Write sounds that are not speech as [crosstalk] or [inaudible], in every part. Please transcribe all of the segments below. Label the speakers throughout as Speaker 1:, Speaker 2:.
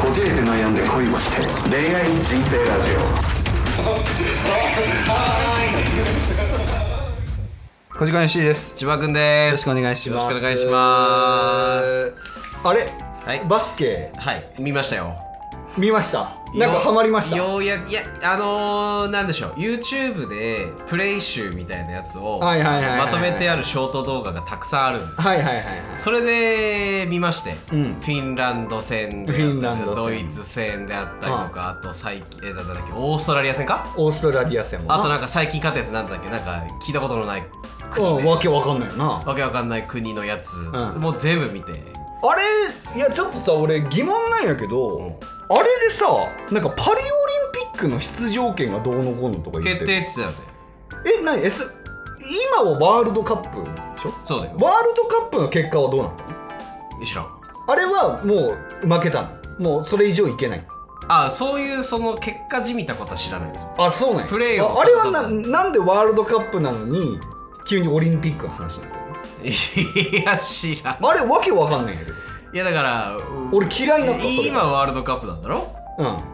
Speaker 1: こじれて悩んで恋をして恋愛人生ラジ
Speaker 2: 小時間石井です
Speaker 3: 千葉くんです。よろしくお願いします。お願いします。
Speaker 4: あれ、
Speaker 3: はい
Speaker 4: バスケ
Speaker 3: はい、見ましたよ。
Speaker 4: 見ましたなんかハマりました
Speaker 3: ようやく、いや、あのー、なんでしょう、YouTube でプレイ集みたいなやつを
Speaker 4: はいはいはいはい
Speaker 3: まとめてあるショート動画がたくさんあるんですよ。
Speaker 4: はいはいはいはい
Speaker 3: それで見まして、
Speaker 4: うん
Speaker 3: フィンランド戦で
Speaker 4: フィンラ
Speaker 3: あ
Speaker 4: ン
Speaker 3: ったり
Speaker 4: ド戦
Speaker 3: ドイツ戦であったりとか、あと最近、えなんだっけ、オーストラリア戦か
Speaker 4: オーストラリア戦も
Speaker 3: あとなんか最近勝ったやつなんだっけ、なんか聞いたことのない国
Speaker 4: うん
Speaker 3: で、
Speaker 4: わけわかんないよな
Speaker 3: わけわかんない国のやつ、
Speaker 4: うん
Speaker 3: もう全部見て。
Speaker 4: あれいやちょっとさ俺疑問なんやけど、
Speaker 3: ん
Speaker 4: あれでさなんかパリオリンピックの出場権がどうのこうのとか言っ
Speaker 3: 決
Speaker 4: て
Speaker 3: 定って言ってたよね。
Speaker 4: え何 S 今はワールドカップでしょ
Speaker 3: そうだよ。
Speaker 4: ワールドカップの結果はどうなったの
Speaker 3: 知らん。
Speaker 4: あれはもう負けたのもうそれ以上いけない
Speaker 3: あそういうその結果じみたことは知らないですよ
Speaker 4: あそうなんや
Speaker 3: プレーを
Speaker 4: ああれはななんでワールドカップなのに急にオリンピックの話なの
Speaker 3: いや知らん
Speaker 4: あれわけわかんないんやけど
Speaker 3: いやだからう
Speaker 4: 俺嫌いなこと
Speaker 3: 今ワールドカップなんだろ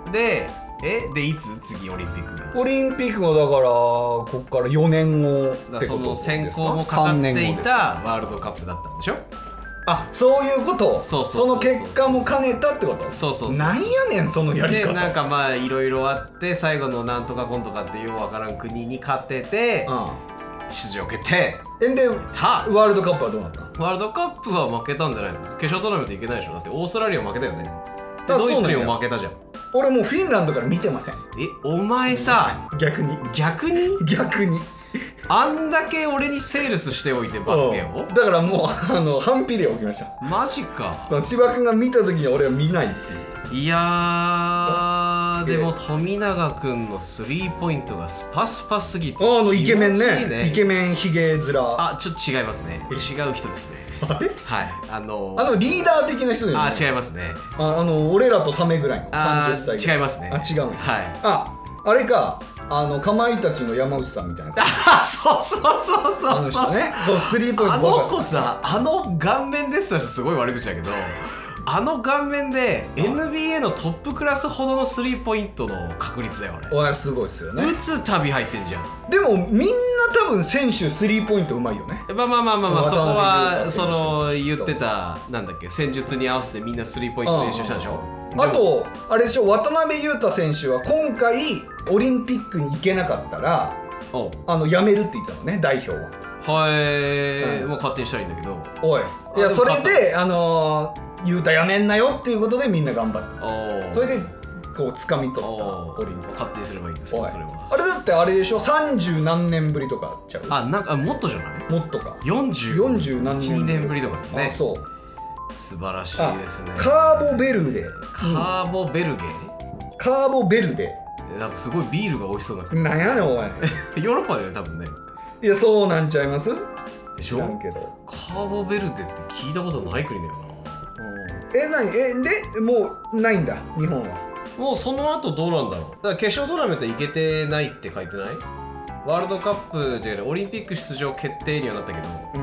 Speaker 4: う
Speaker 3: でえでいつ次オリンピックが
Speaker 4: んオリンピックもだからこっから4年後
Speaker 3: だ
Speaker 4: っ
Speaker 3: から
Speaker 4: て
Speaker 3: そ
Speaker 4: ことで
Speaker 3: の
Speaker 4: す
Speaker 3: 選考もか
Speaker 4: 3
Speaker 3: かっ
Speaker 4: 年後
Speaker 3: てい
Speaker 4: です
Speaker 3: たワールドカップだったんでしょ
Speaker 4: あそういうこと
Speaker 3: そうそうそうそう
Speaker 4: の結果も兼ねたってこと
Speaker 3: そうそうそう
Speaker 4: なんやねんそのやり
Speaker 3: で
Speaker 4: 方
Speaker 3: なんかまあいろいろあって最後のなんとかコンとかってようわからん国に勝ってて出場決定
Speaker 4: うんえで
Speaker 3: た
Speaker 4: ワールドカップはどうなったの
Speaker 3: ワールドカップは負けたんじゃないの決勝トーナメントいけないでしょだってオーストラリア負けたよねで
Speaker 4: あ
Speaker 3: ドイ
Speaker 4: そう
Speaker 3: ツ
Speaker 4: なん
Speaker 3: に
Speaker 4: や
Speaker 3: も負けたじゃん
Speaker 4: 俺もうフィンランドから見てません
Speaker 3: えお前さ
Speaker 4: 逆に
Speaker 3: 逆に
Speaker 4: 逆に
Speaker 3: あんだけ俺にセールスしておいてバスケ
Speaker 4: う
Speaker 3: を
Speaker 4: んだからもうあの反比例起きました
Speaker 3: マジか
Speaker 4: その千葉君が見た時に俺は見ないっていう
Speaker 3: いや
Speaker 4: バ
Speaker 3: ー
Speaker 4: スケ
Speaker 3: でも富永君のスリーポイントがスパスパすぎて
Speaker 4: あのイケメン
Speaker 3: 気持ち
Speaker 4: ね
Speaker 3: いい
Speaker 4: イケメンひげ面あ
Speaker 3: あちょっと違いますね違う人ですね
Speaker 4: れ
Speaker 3: はいあの
Speaker 4: あのリーダー的な人だよね
Speaker 3: あ違いますね
Speaker 4: ああの俺らとためぐらいの
Speaker 3: あ
Speaker 4: 30歳ぐら
Speaker 3: 違いますね
Speaker 4: あ違うんや
Speaker 3: はい
Speaker 4: ああれかあのかまいたちの山内さんみたいな
Speaker 3: あそうそうそう
Speaker 4: あ
Speaker 3: [laughs] そ
Speaker 4: の
Speaker 3: うそ
Speaker 4: 人
Speaker 3: う
Speaker 4: ねそうスリーポイン
Speaker 3: あ
Speaker 4: トば
Speaker 3: の
Speaker 4: っか
Speaker 3: 子さあの顔面でしたしすごい悪口だ
Speaker 4: [laughs]
Speaker 3: けどあの顔面で NBA のトップクラスほどのスリーポイントの確率だよ
Speaker 4: りお前すごいっすよ
Speaker 3: 俺、
Speaker 4: ね
Speaker 3: 打つたび入ってんじゃん
Speaker 4: でもみんな多分選手スリーポイントうまいよね
Speaker 3: まあまあまあまあ、まあ、
Speaker 4: 渡
Speaker 3: そこ
Speaker 4: 邊
Speaker 3: は
Speaker 4: 雄太選手
Speaker 3: その言ってたなんだっけ戦術に合わせてみんなスリーポイント練習したでしょ
Speaker 4: あ
Speaker 3: でも
Speaker 4: とあれでしょ渡辺裕太選手は今回オリンピックに行けなかったら
Speaker 3: おう
Speaker 4: あの辞めるって言ったのね代表は
Speaker 3: はい、
Speaker 4: うん
Speaker 3: もう勝手にしたらいいんだけど
Speaker 4: おいい
Speaker 3: あ
Speaker 4: や
Speaker 3: でも
Speaker 4: それ
Speaker 3: 勝
Speaker 4: であのー裕太やめんなよっていうことでみんな頑張って
Speaker 3: おう
Speaker 4: それでこう掴み取った
Speaker 3: おう
Speaker 4: オリンピック
Speaker 3: 勝手にすればいいんです
Speaker 4: お
Speaker 3: よ
Speaker 4: い
Speaker 3: それは
Speaker 4: あれだってあれでしょ30何年ぶりとかちゃう
Speaker 3: あなんかあもっとじゃない
Speaker 4: もっとか
Speaker 3: 40
Speaker 4: 40何年
Speaker 3: 1 2年ぶりとかだ
Speaker 4: あ
Speaker 3: ね
Speaker 4: そう
Speaker 3: 素晴らし
Speaker 4: あ
Speaker 3: いですね
Speaker 4: カーボベルデ
Speaker 3: カーボベルゲ
Speaker 4: カーボベルデ
Speaker 3: ーなんかすごいビールが美味しそうな感
Speaker 4: なんやねんお
Speaker 3: [laughs]
Speaker 4: 前
Speaker 3: じヨーロッパだよね多分ね
Speaker 4: いやそうなんちゃいます
Speaker 3: でし
Speaker 4: 知らん
Speaker 3: ょ
Speaker 4: けど
Speaker 3: カーボベルデって聞いたことない国だよな
Speaker 4: え何えでもうないんだ日本は
Speaker 3: もうその後どうなんだろうだから決勝トーナメント行けてないって書いてないワールドカップじゃないオリンピック出場決定にはなったけど
Speaker 4: う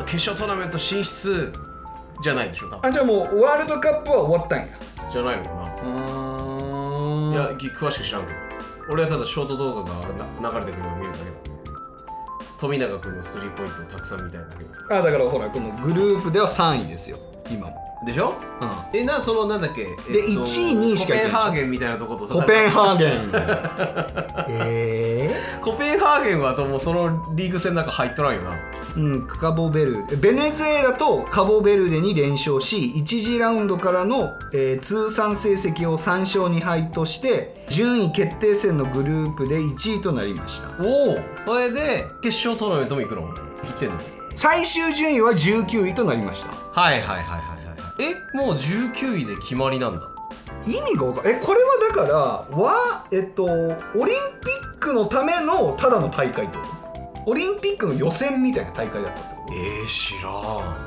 Speaker 4: ん
Speaker 3: と決勝トーナメント進出じゃないでしょ多分
Speaker 4: あじゃあもうワールドカップは終わったんや
Speaker 3: じゃないのか
Speaker 4: うん
Speaker 3: な、いやぎ詳しく知らんけど俺はただショート動画がな流れてくるのを見るだけだ富永君のスリーポイントをたくさん見たいだけですか
Speaker 4: あだからほらこのグループでは3位ですよ今も、
Speaker 3: らでしょえなそのなんだっけで、
Speaker 4: で一位にしか
Speaker 3: コ
Speaker 4: い
Speaker 3: ペ
Speaker 4: け
Speaker 3: ン
Speaker 4: ない
Speaker 3: ハーゲンみたいなとこと
Speaker 4: コペンハーゲンえ
Speaker 3: コペンハーゲンはともうそのリーグ戦なんか入っとらんよな
Speaker 4: えうんカボベルデベネズエラとカボベルデに連勝し1次ラウンドからの、えー通算成績を3勝2敗として順位決定戦のグループで1位となりました
Speaker 3: おおそれで決勝トーナメントも行くの行ってんの
Speaker 4: 最終順位は19位となりました
Speaker 3: はいはいはいはいはいえもう19位で決まりなんだ
Speaker 4: 意味が分かんえこれはだからはえっとオリンピックのためのただの大会ってことオリンピックの予選みたいな大会だったってこ
Speaker 3: えー、知らん
Speaker 4: と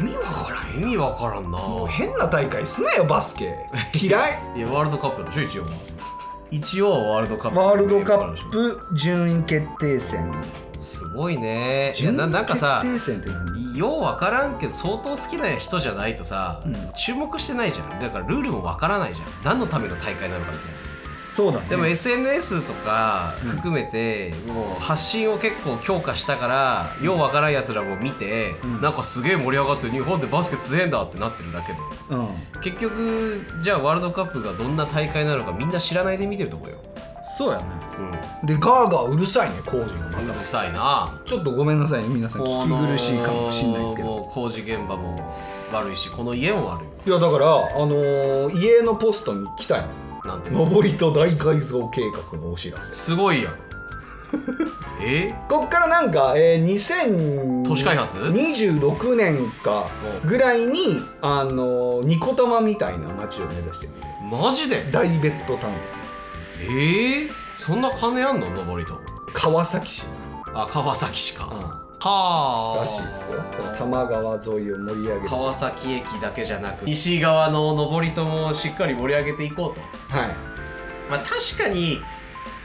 Speaker 4: 意味わからん
Speaker 3: 意味わからんな
Speaker 4: もう変な大会すなよバスケ嫌い
Speaker 3: いやワールドカップでしょ一応一応はワールドカップ
Speaker 4: ワールドカ
Speaker 3: でし
Speaker 4: ップ準位決定戦
Speaker 3: すごいねいやななんかさ
Speaker 4: 順位決定戦って何
Speaker 3: よう分からんけど相当好きな人じゃないとさ、
Speaker 4: うん
Speaker 3: 注目してないじゃんだからルールも分からないじゃん何のための大会なのかみたいな
Speaker 4: そうだね
Speaker 3: でも SNS とか含めて、もう発信を結構強化したから、ようわからんやつらも見て、
Speaker 4: うん
Speaker 3: なんかすげえ盛り上がってる日本でバスケ強えんだってなってるだけで
Speaker 4: うん
Speaker 3: 結局じゃあワールドカップがどんな大会なのかみんな知らないで見てると思うよ、
Speaker 4: そうやね
Speaker 3: うん、う
Speaker 4: でガーガーうるさいね工事がまた
Speaker 3: るさいな
Speaker 4: ちょっとごめんなさいね皆さん聞き苦しいかもしれないですけ
Speaker 3: こ
Speaker 4: ど
Speaker 3: の工事現場も悪いしこの家も悪いよ
Speaker 4: いやだから、あのー家のポストに来たよ
Speaker 3: なんて
Speaker 4: 上りと大改造計画のお知らせ
Speaker 3: すごい [laughs] やんえ
Speaker 4: こっからなんか、えー、2000
Speaker 3: 都市開発
Speaker 4: 26年かぐらいに、あのーニコ玉みたいな街を目指してるんです
Speaker 3: マジで
Speaker 4: 大ベッドタウン
Speaker 3: ええそんな金あんの登りと
Speaker 4: 川崎市
Speaker 3: あ川崎市か、はあ
Speaker 4: らしいですよこの多摩川沿いを盛り上げてはい
Speaker 3: 川崎駅だけじゃなく西側の上りともしっかり盛り上げていこうとまあ確かに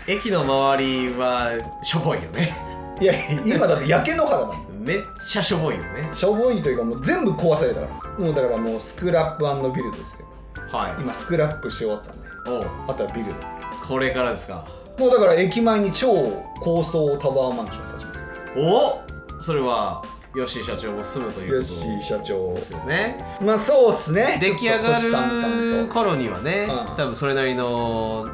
Speaker 3: 駅の周りはしょぼいよね
Speaker 4: いや今だって焼け野原だもん
Speaker 3: めっちゃしょぼいよ
Speaker 4: [laughs]
Speaker 3: ね
Speaker 4: しょぼいというかもう全部壊されたからもうだからもうスクラップビルドですけど
Speaker 3: はい
Speaker 4: 今スクラップし終わったんで
Speaker 3: おう
Speaker 4: あとはビルド
Speaker 3: これからですか
Speaker 4: もうだから駅前に超高層タワーマンション建ちますか
Speaker 3: おそれはヨッシー社長も住むという
Speaker 4: ら
Speaker 3: こと
Speaker 4: ヨッシー社長
Speaker 3: ですよね
Speaker 4: まあそうっすね
Speaker 3: 出来上が
Speaker 4: ちょっと虎視眈
Speaker 3: る
Speaker 4: 々と
Speaker 3: 頃にはね、
Speaker 4: うん
Speaker 3: 多分それなりの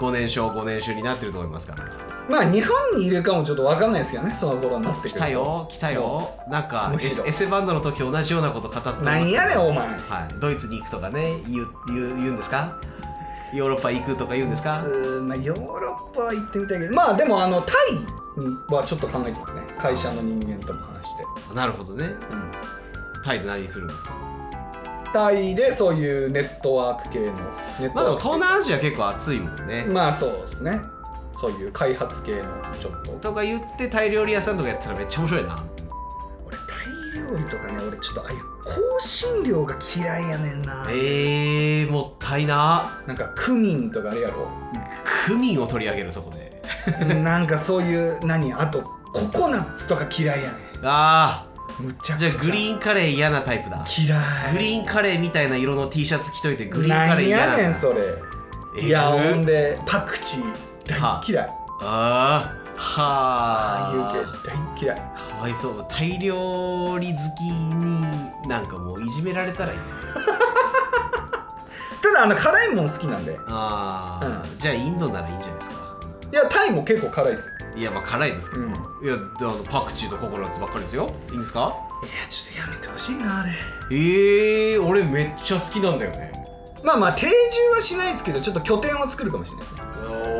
Speaker 3: 5年賞5年収になってると思いますから
Speaker 4: まあ日本にいるかもちょっと分かんないですけどねその頃になってき
Speaker 3: 来たよ来たよなんか
Speaker 4: むしろ
Speaker 3: エセバンドの時と同じようなこと語ってます
Speaker 4: なんやねんお前
Speaker 3: はい、ドイツに行くとかね言う言う言うんですかヨーロッパ行くとか言うんですか
Speaker 4: まあヨーロッパは行ってみたいけどまあでもあのタイはちょっと考えてますね会社の人間とも話して、
Speaker 3: なるほどねタイで何するんですか
Speaker 4: タイでそういうネットワーク系のネット
Speaker 3: まあで
Speaker 4: ワーク
Speaker 3: も
Speaker 4: 系
Speaker 3: 東南アジア結構暑いもんね、
Speaker 4: まあそうですねそういう開発系のちょっと
Speaker 3: とか言ってタイ料理屋さんとかやったらめっちゃ面白いな
Speaker 4: 俺タイ料理とかね俺ちょっとああいう香辛料が嫌いやねんな
Speaker 3: えー、もったいな
Speaker 4: なんかクミンとかあれや
Speaker 3: [laughs]
Speaker 4: ろ
Speaker 3: クミンを取り上げるそこで
Speaker 4: なんかそういう何あとココナッツとか嫌いやね
Speaker 3: あ
Speaker 4: んむちゃ
Speaker 3: あ
Speaker 4: く
Speaker 3: じ
Speaker 4: ち
Speaker 3: ゃ
Speaker 4: ゃ
Speaker 3: あグリーンカレー嫌なタイプだ
Speaker 4: 嫌い
Speaker 3: グリーンカレーみたいな色の T シャツ着といてグリーンカレー嫌
Speaker 4: なん
Speaker 3: な
Speaker 4: やねんそれ
Speaker 3: えぐ
Speaker 4: いやほんでパクチー大嫌い
Speaker 3: ああは
Speaker 4: ああいう系大嫌い
Speaker 3: かわいそうタイ料理好きになんかもういじめられたらいい
Speaker 4: ただあの辛いもん好きなんで
Speaker 3: ああ、じゃあインドならいいんじゃないですか
Speaker 4: いやタイも結構辛いですよ
Speaker 3: いやまあ辛いですけど、
Speaker 4: うん
Speaker 3: いやあのパクチーとココナッツばっかりですよいいんですか
Speaker 4: いやちょっとやめてほしいなあれ
Speaker 3: ええー、俺めっちゃ好きなんだよね
Speaker 4: まあまあ定住はしないですけどちょっと拠点を作るかもしれないですね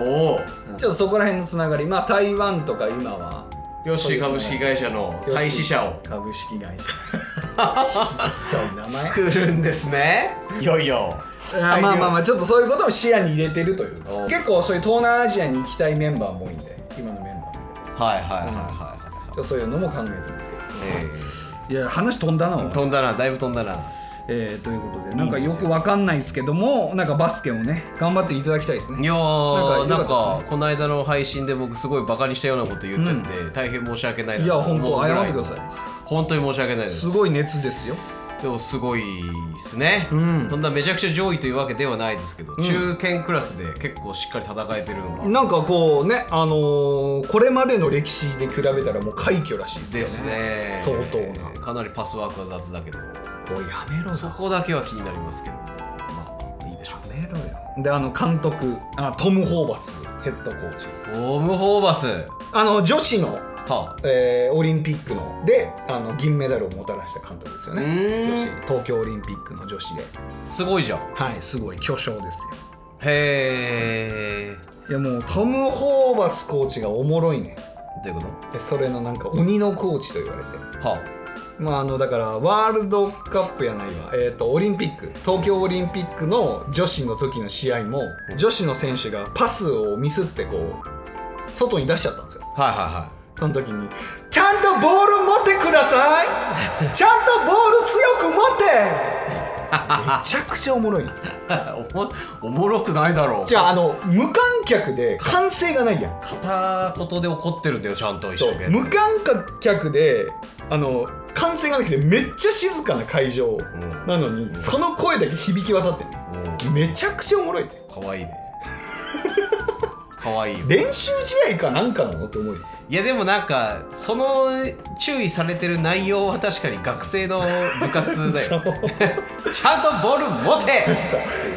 Speaker 3: おお
Speaker 4: ちょっとそこら辺のつながりまあ台湾とか今は
Speaker 3: ヨッシー株式 [laughs] 会社の
Speaker 4: よし
Speaker 3: 廃止者を
Speaker 4: 株式会社ひどい名前
Speaker 3: 作るんですねいよいよ
Speaker 4: あまあまあまあちょっとそういうことも視野に入れてるという
Speaker 3: おう
Speaker 4: 結構そういう東南アジアに行きたいメンバーも多いんで今のメンバーも
Speaker 3: はいはいはいはい
Speaker 4: ちょっとそういうのも考えてるんですけど
Speaker 3: え
Speaker 4: いや話飛んだなお
Speaker 3: ー
Speaker 4: 前
Speaker 3: 飛んだなだいぶ飛んだな
Speaker 4: えーということでなんか
Speaker 3: いいん
Speaker 4: よ
Speaker 3: ですよ
Speaker 4: くわかんないですけどもなんかバスケをね頑張っていただきたいです
Speaker 3: い
Speaker 4: ね
Speaker 3: やー
Speaker 4: な
Speaker 3: な
Speaker 4: か良
Speaker 3: ん
Speaker 4: かった
Speaker 3: ん
Speaker 4: ですね
Speaker 3: かこの間の配信で僕すごいバカにしたようなこと言っちゃって、大変申し訳ない
Speaker 4: い
Speaker 3: な
Speaker 4: や
Speaker 3: と
Speaker 4: 本
Speaker 3: 思
Speaker 4: 当
Speaker 3: うぐ
Speaker 4: 謝っ
Speaker 3: ら
Speaker 4: て
Speaker 3: い
Speaker 4: く
Speaker 3: の
Speaker 4: ださ
Speaker 3: 本当に申し訳ないで
Speaker 4: い
Speaker 3: す
Speaker 4: すごい熱ですよ
Speaker 3: でもすごいですね、
Speaker 4: うん
Speaker 3: そんなめちゃくちゃ上位というわけではないですけど、
Speaker 4: ん
Speaker 3: 中堅クラスで結構しっかり戦えてるのが
Speaker 4: なんかこうねあのーこれまでの歴史で比べたらもう快挙らしいですよね
Speaker 3: ですね
Speaker 4: 相当な
Speaker 3: かなりパスワークは雑だけど
Speaker 4: おいやめろよ
Speaker 3: そこだけは気になりますけどまあいいでしょうね
Speaker 4: であの監督あトム・ホーバスヘッドコーチ
Speaker 3: ホームホーバス
Speaker 4: あの女子の、
Speaker 3: は
Speaker 4: えーオリンピックのであの銀メダルをもたらした監督ですよ
Speaker 3: う
Speaker 4: ね
Speaker 3: ーん
Speaker 4: 女子東京オリンピックの女子です
Speaker 3: ごいじゃん
Speaker 4: はいすごい巨匠ですよ
Speaker 3: へ
Speaker 4: い
Speaker 3: え
Speaker 4: やもうトム・ホーバスコーチがおもろいね
Speaker 3: どういうこ
Speaker 4: でそれのなんか鬼のコーチと言われて
Speaker 3: とは
Speaker 4: まああのだからワールドカップやないわえっ、とオリンピック東京オリンピックの女子の時の試合も女子の選手がパスをミスってこう外に出しちゃったんですよ
Speaker 3: はいはいはい
Speaker 4: その時に「ちゃんとボール持ってくださいちゃんとボール強く持ってちゃくちゃおもろいの
Speaker 3: [laughs] おもおもろくないだろう
Speaker 4: じゃああの無観客で歓声がないやん
Speaker 3: 片言で怒ってるんだよちゃんと一
Speaker 4: そ
Speaker 3: 生
Speaker 4: う
Speaker 3: 懸命
Speaker 4: 無観客であの歓声がなくてめっちゃ静かな会場
Speaker 3: うん
Speaker 4: なのにその声だけ響き渡ってるめちゃくちゃおもろいね
Speaker 3: かわいいねかわいいよ
Speaker 4: 練習試合かなんかなのって思うよ
Speaker 3: いやでもなんかその注意されてる内容は確かに学生の部活 [laughs] だ
Speaker 4: そ
Speaker 3: よ
Speaker 4: う
Speaker 3: ちゃんとボール持て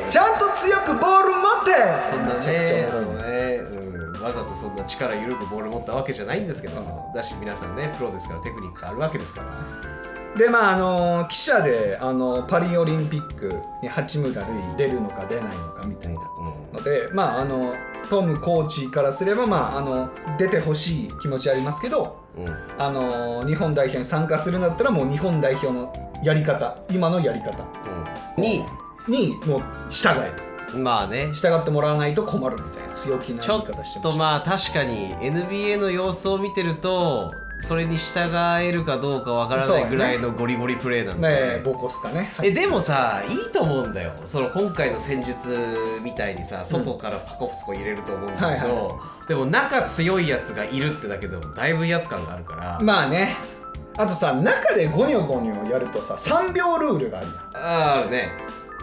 Speaker 4: ちゃんと強くボール持って
Speaker 3: そんな
Speaker 4: め
Speaker 3: ね
Speaker 4: ちゃくちゃお
Speaker 3: あ
Speaker 4: もろい
Speaker 3: のね、うん、わざとそんな力緩くボール持ったわけじゃないんですけど、だし皆さんねプロですからテクニックあるわけですから
Speaker 4: でまああの記者であのパリオリンピックに八村塁出るのか出ないのかみたいなのでまああのトムコーチからすればまああの出てほしい気持ちありますけど
Speaker 3: うん、うん
Speaker 4: あの日本代表に参加するんだったらもう日本代表のやり方今のやり方
Speaker 3: に
Speaker 4: にもう従
Speaker 3: まあね
Speaker 4: え従ってもらわないと困るみたいな強気な
Speaker 3: ち
Speaker 4: 言
Speaker 3: ょ
Speaker 4: い
Speaker 3: っ
Speaker 4: 方してま
Speaker 3: と
Speaker 4: した
Speaker 3: まあ確かに NBA の様子を見てるとそれに従えるかどうかわからないぐらいのゴリゴリプレーなんで、
Speaker 4: ねえボコスかね、はい
Speaker 3: えでもさいいと思うんだよその今回の戦術みたいにさ外からパコプスコ入れると思うんだけど、
Speaker 4: はい
Speaker 3: でも仲強いやつがいるってだけでもだいぶ威圧感があるから、
Speaker 4: まあねあとさ中でゴニョゴニョやるとさ3秒ルールがあるやん
Speaker 3: あーあるね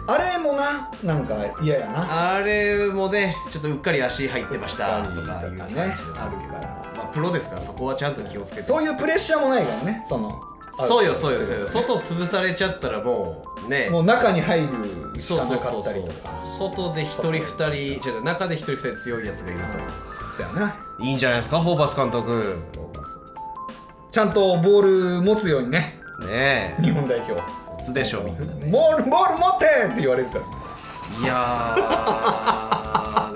Speaker 4: あれもななんか嫌やな
Speaker 3: あれもねちょっとうっかり足入ってましたとかいう感じの
Speaker 4: ねあ
Speaker 3: ある
Speaker 4: るから
Speaker 3: まあ、プロですからそこはちゃんと気をつけて
Speaker 4: そういうプレッシャーもないからねその
Speaker 3: そうよそうよそうよ
Speaker 4: そう
Speaker 3: 外潰されちゃったらもうね
Speaker 4: もう中に入るし
Speaker 3: そう
Speaker 4: か
Speaker 3: そ
Speaker 4: な
Speaker 3: う
Speaker 4: か
Speaker 3: そう
Speaker 4: った
Speaker 3: そ
Speaker 4: り
Speaker 3: う
Speaker 4: とか
Speaker 3: 外で一人二人違う中で一人二人強いやつがいる
Speaker 4: そうやな
Speaker 3: といいんじゃないですかホーバス監督
Speaker 4: ちゃんとボール持つようにね
Speaker 3: ねえ
Speaker 4: 日本代表
Speaker 3: 打つでしょみんなね
Speaker 4: ボールボール持ってって言われるから
Speaker 3: いや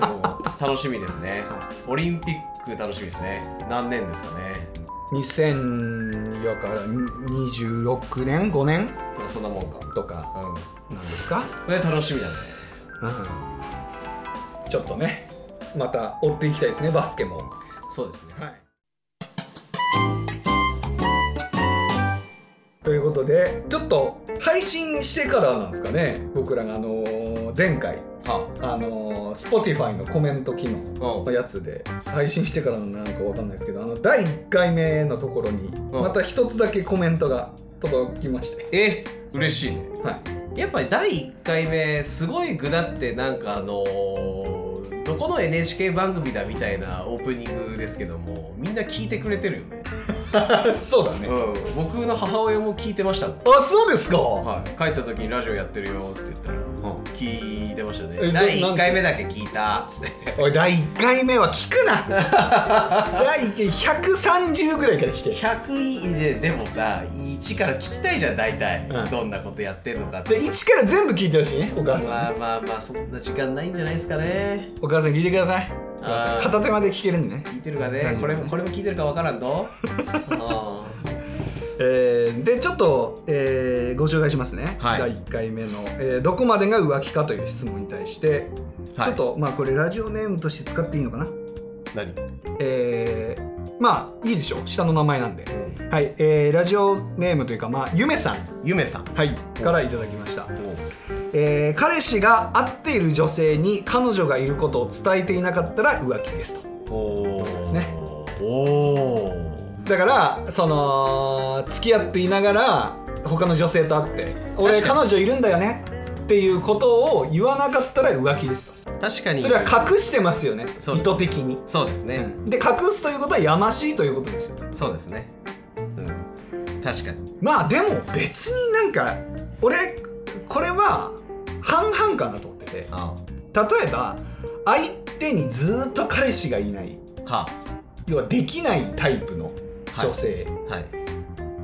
Speaker 3: ーでも楽しみですねオリンピック楽しみですね何年ですかね
Speaker 4: 2000やから26年5年
Speaker 3: とかそんなもんか
Speaker 4: とか
Speaker 3: うん
Speaker 4: なんですか、
Speaker 3: これ楽しみだね
Speaker 4: ちょっとねまた追っていきたいですねバスケも
Speaker 3: そうですね
Speaker 4: はいということでちょっと配信してからなんですかね僕らがあのー前回
Speaker 3: は
Speaker 4: あのー Spotify のコメント機能
Speaker 3: うん
Speaker 4: のやつで配信してからなのかわかんないですけどあの第1回目のところに
Speaker 3: うん
Speaker 4: また一つだけコメントが届きまして、
Speaker 3: え嬉しいね [laughs]
Speaker 4: はい、
Speaker 3: やっぱり第1回目すごい具だってなんかあのーどこの NHK 番組だみたいなオープニングですけどもみんな聞いてくれてるよね、
Speaker 4: そうだね
Speaker 3: うん、僕の母親も聞いてましたもん、
Speaker 4: あそうですか、
Speaker 3: はい、帰った時にラジオやってるよって言ったら聞いてました
Speaker 4: え
Speaker 3: ね
Speaker 4: な
Speaker 3: 第1回目だけ聞いたっつって
Speaker 4: おい第1回目は聞くな
Speaker 3: [laughs]
Speaker 4: 第130ぐらいから聞け
Speaker 3: 100位ででもさ1から聞きたいじゃん大体、
Speaker 4: うん
Speaker 3: どんなことやってんのかって
Speaker 4: で1から全部聞いてほしいねお母さん、
Speaker 3: まあまあまあそんな時間ないんじゃないですかね
Speaker 4: お母さん聞いてくださいお母
Speaker 3: あー
Speaker 4: さん片手まで聞けるんでね
Speaker 3: 聞いてるか
Speaker 4: 大丈
Speaker 3: ね
Speaker 4: 夫
Speaker 3: これもこれも聞いてるかわから
Speaker 4: [laughs]
Speaker 3: んとあ
Speaker 4: えーでちょっと、えーご紹介しますね、
Speaker 3: はい
Speaker 4: 第1回目の、えーどこまでが浮気か」という質問に対して、
Speaker 3: はい
Speaker 4: ちょっとまあこれラジオネームとして使っていいのかな
Speaker 3: 何
Speaker 4: えーまあいいでしょう下の名前なんで、はい、えーラジオネームというかまあゆめさん、
Speaker 3: ゆめさん
Speaker 4: はい、からいただきました、えー彼氏が会っている女性に彼女がいることを伝えていなかったら浮気ですと
Speaker 3: おー
Speaker 4: ですね
Speaker 3: おー
Speaker 4: だからその付き合っていながら他の女性と会って「俺
Speaker 3: 確か
Speaker 4: 彼女いるんだよね」っていうことを言わなかったら浮気ですと
Speaker 3: 確かに
Speaker 4: それは隠してますよね意
Speaker 3: そうです
Speaker 4: 図的に
Speaker 3: そうですね、
Speaker 4: で隠すということはやましいということですよ
Speaker 3: そうですねうん確かに
Speaker 4: まあでも別になんか俺これは半々かなと思ってて例
Speaker 3: あ
Speaker 4: えば相手にずっと彼氏がいない
Speaker 3: は
Speaker 4: 要はできないタイプの女性
Speaker 3: はい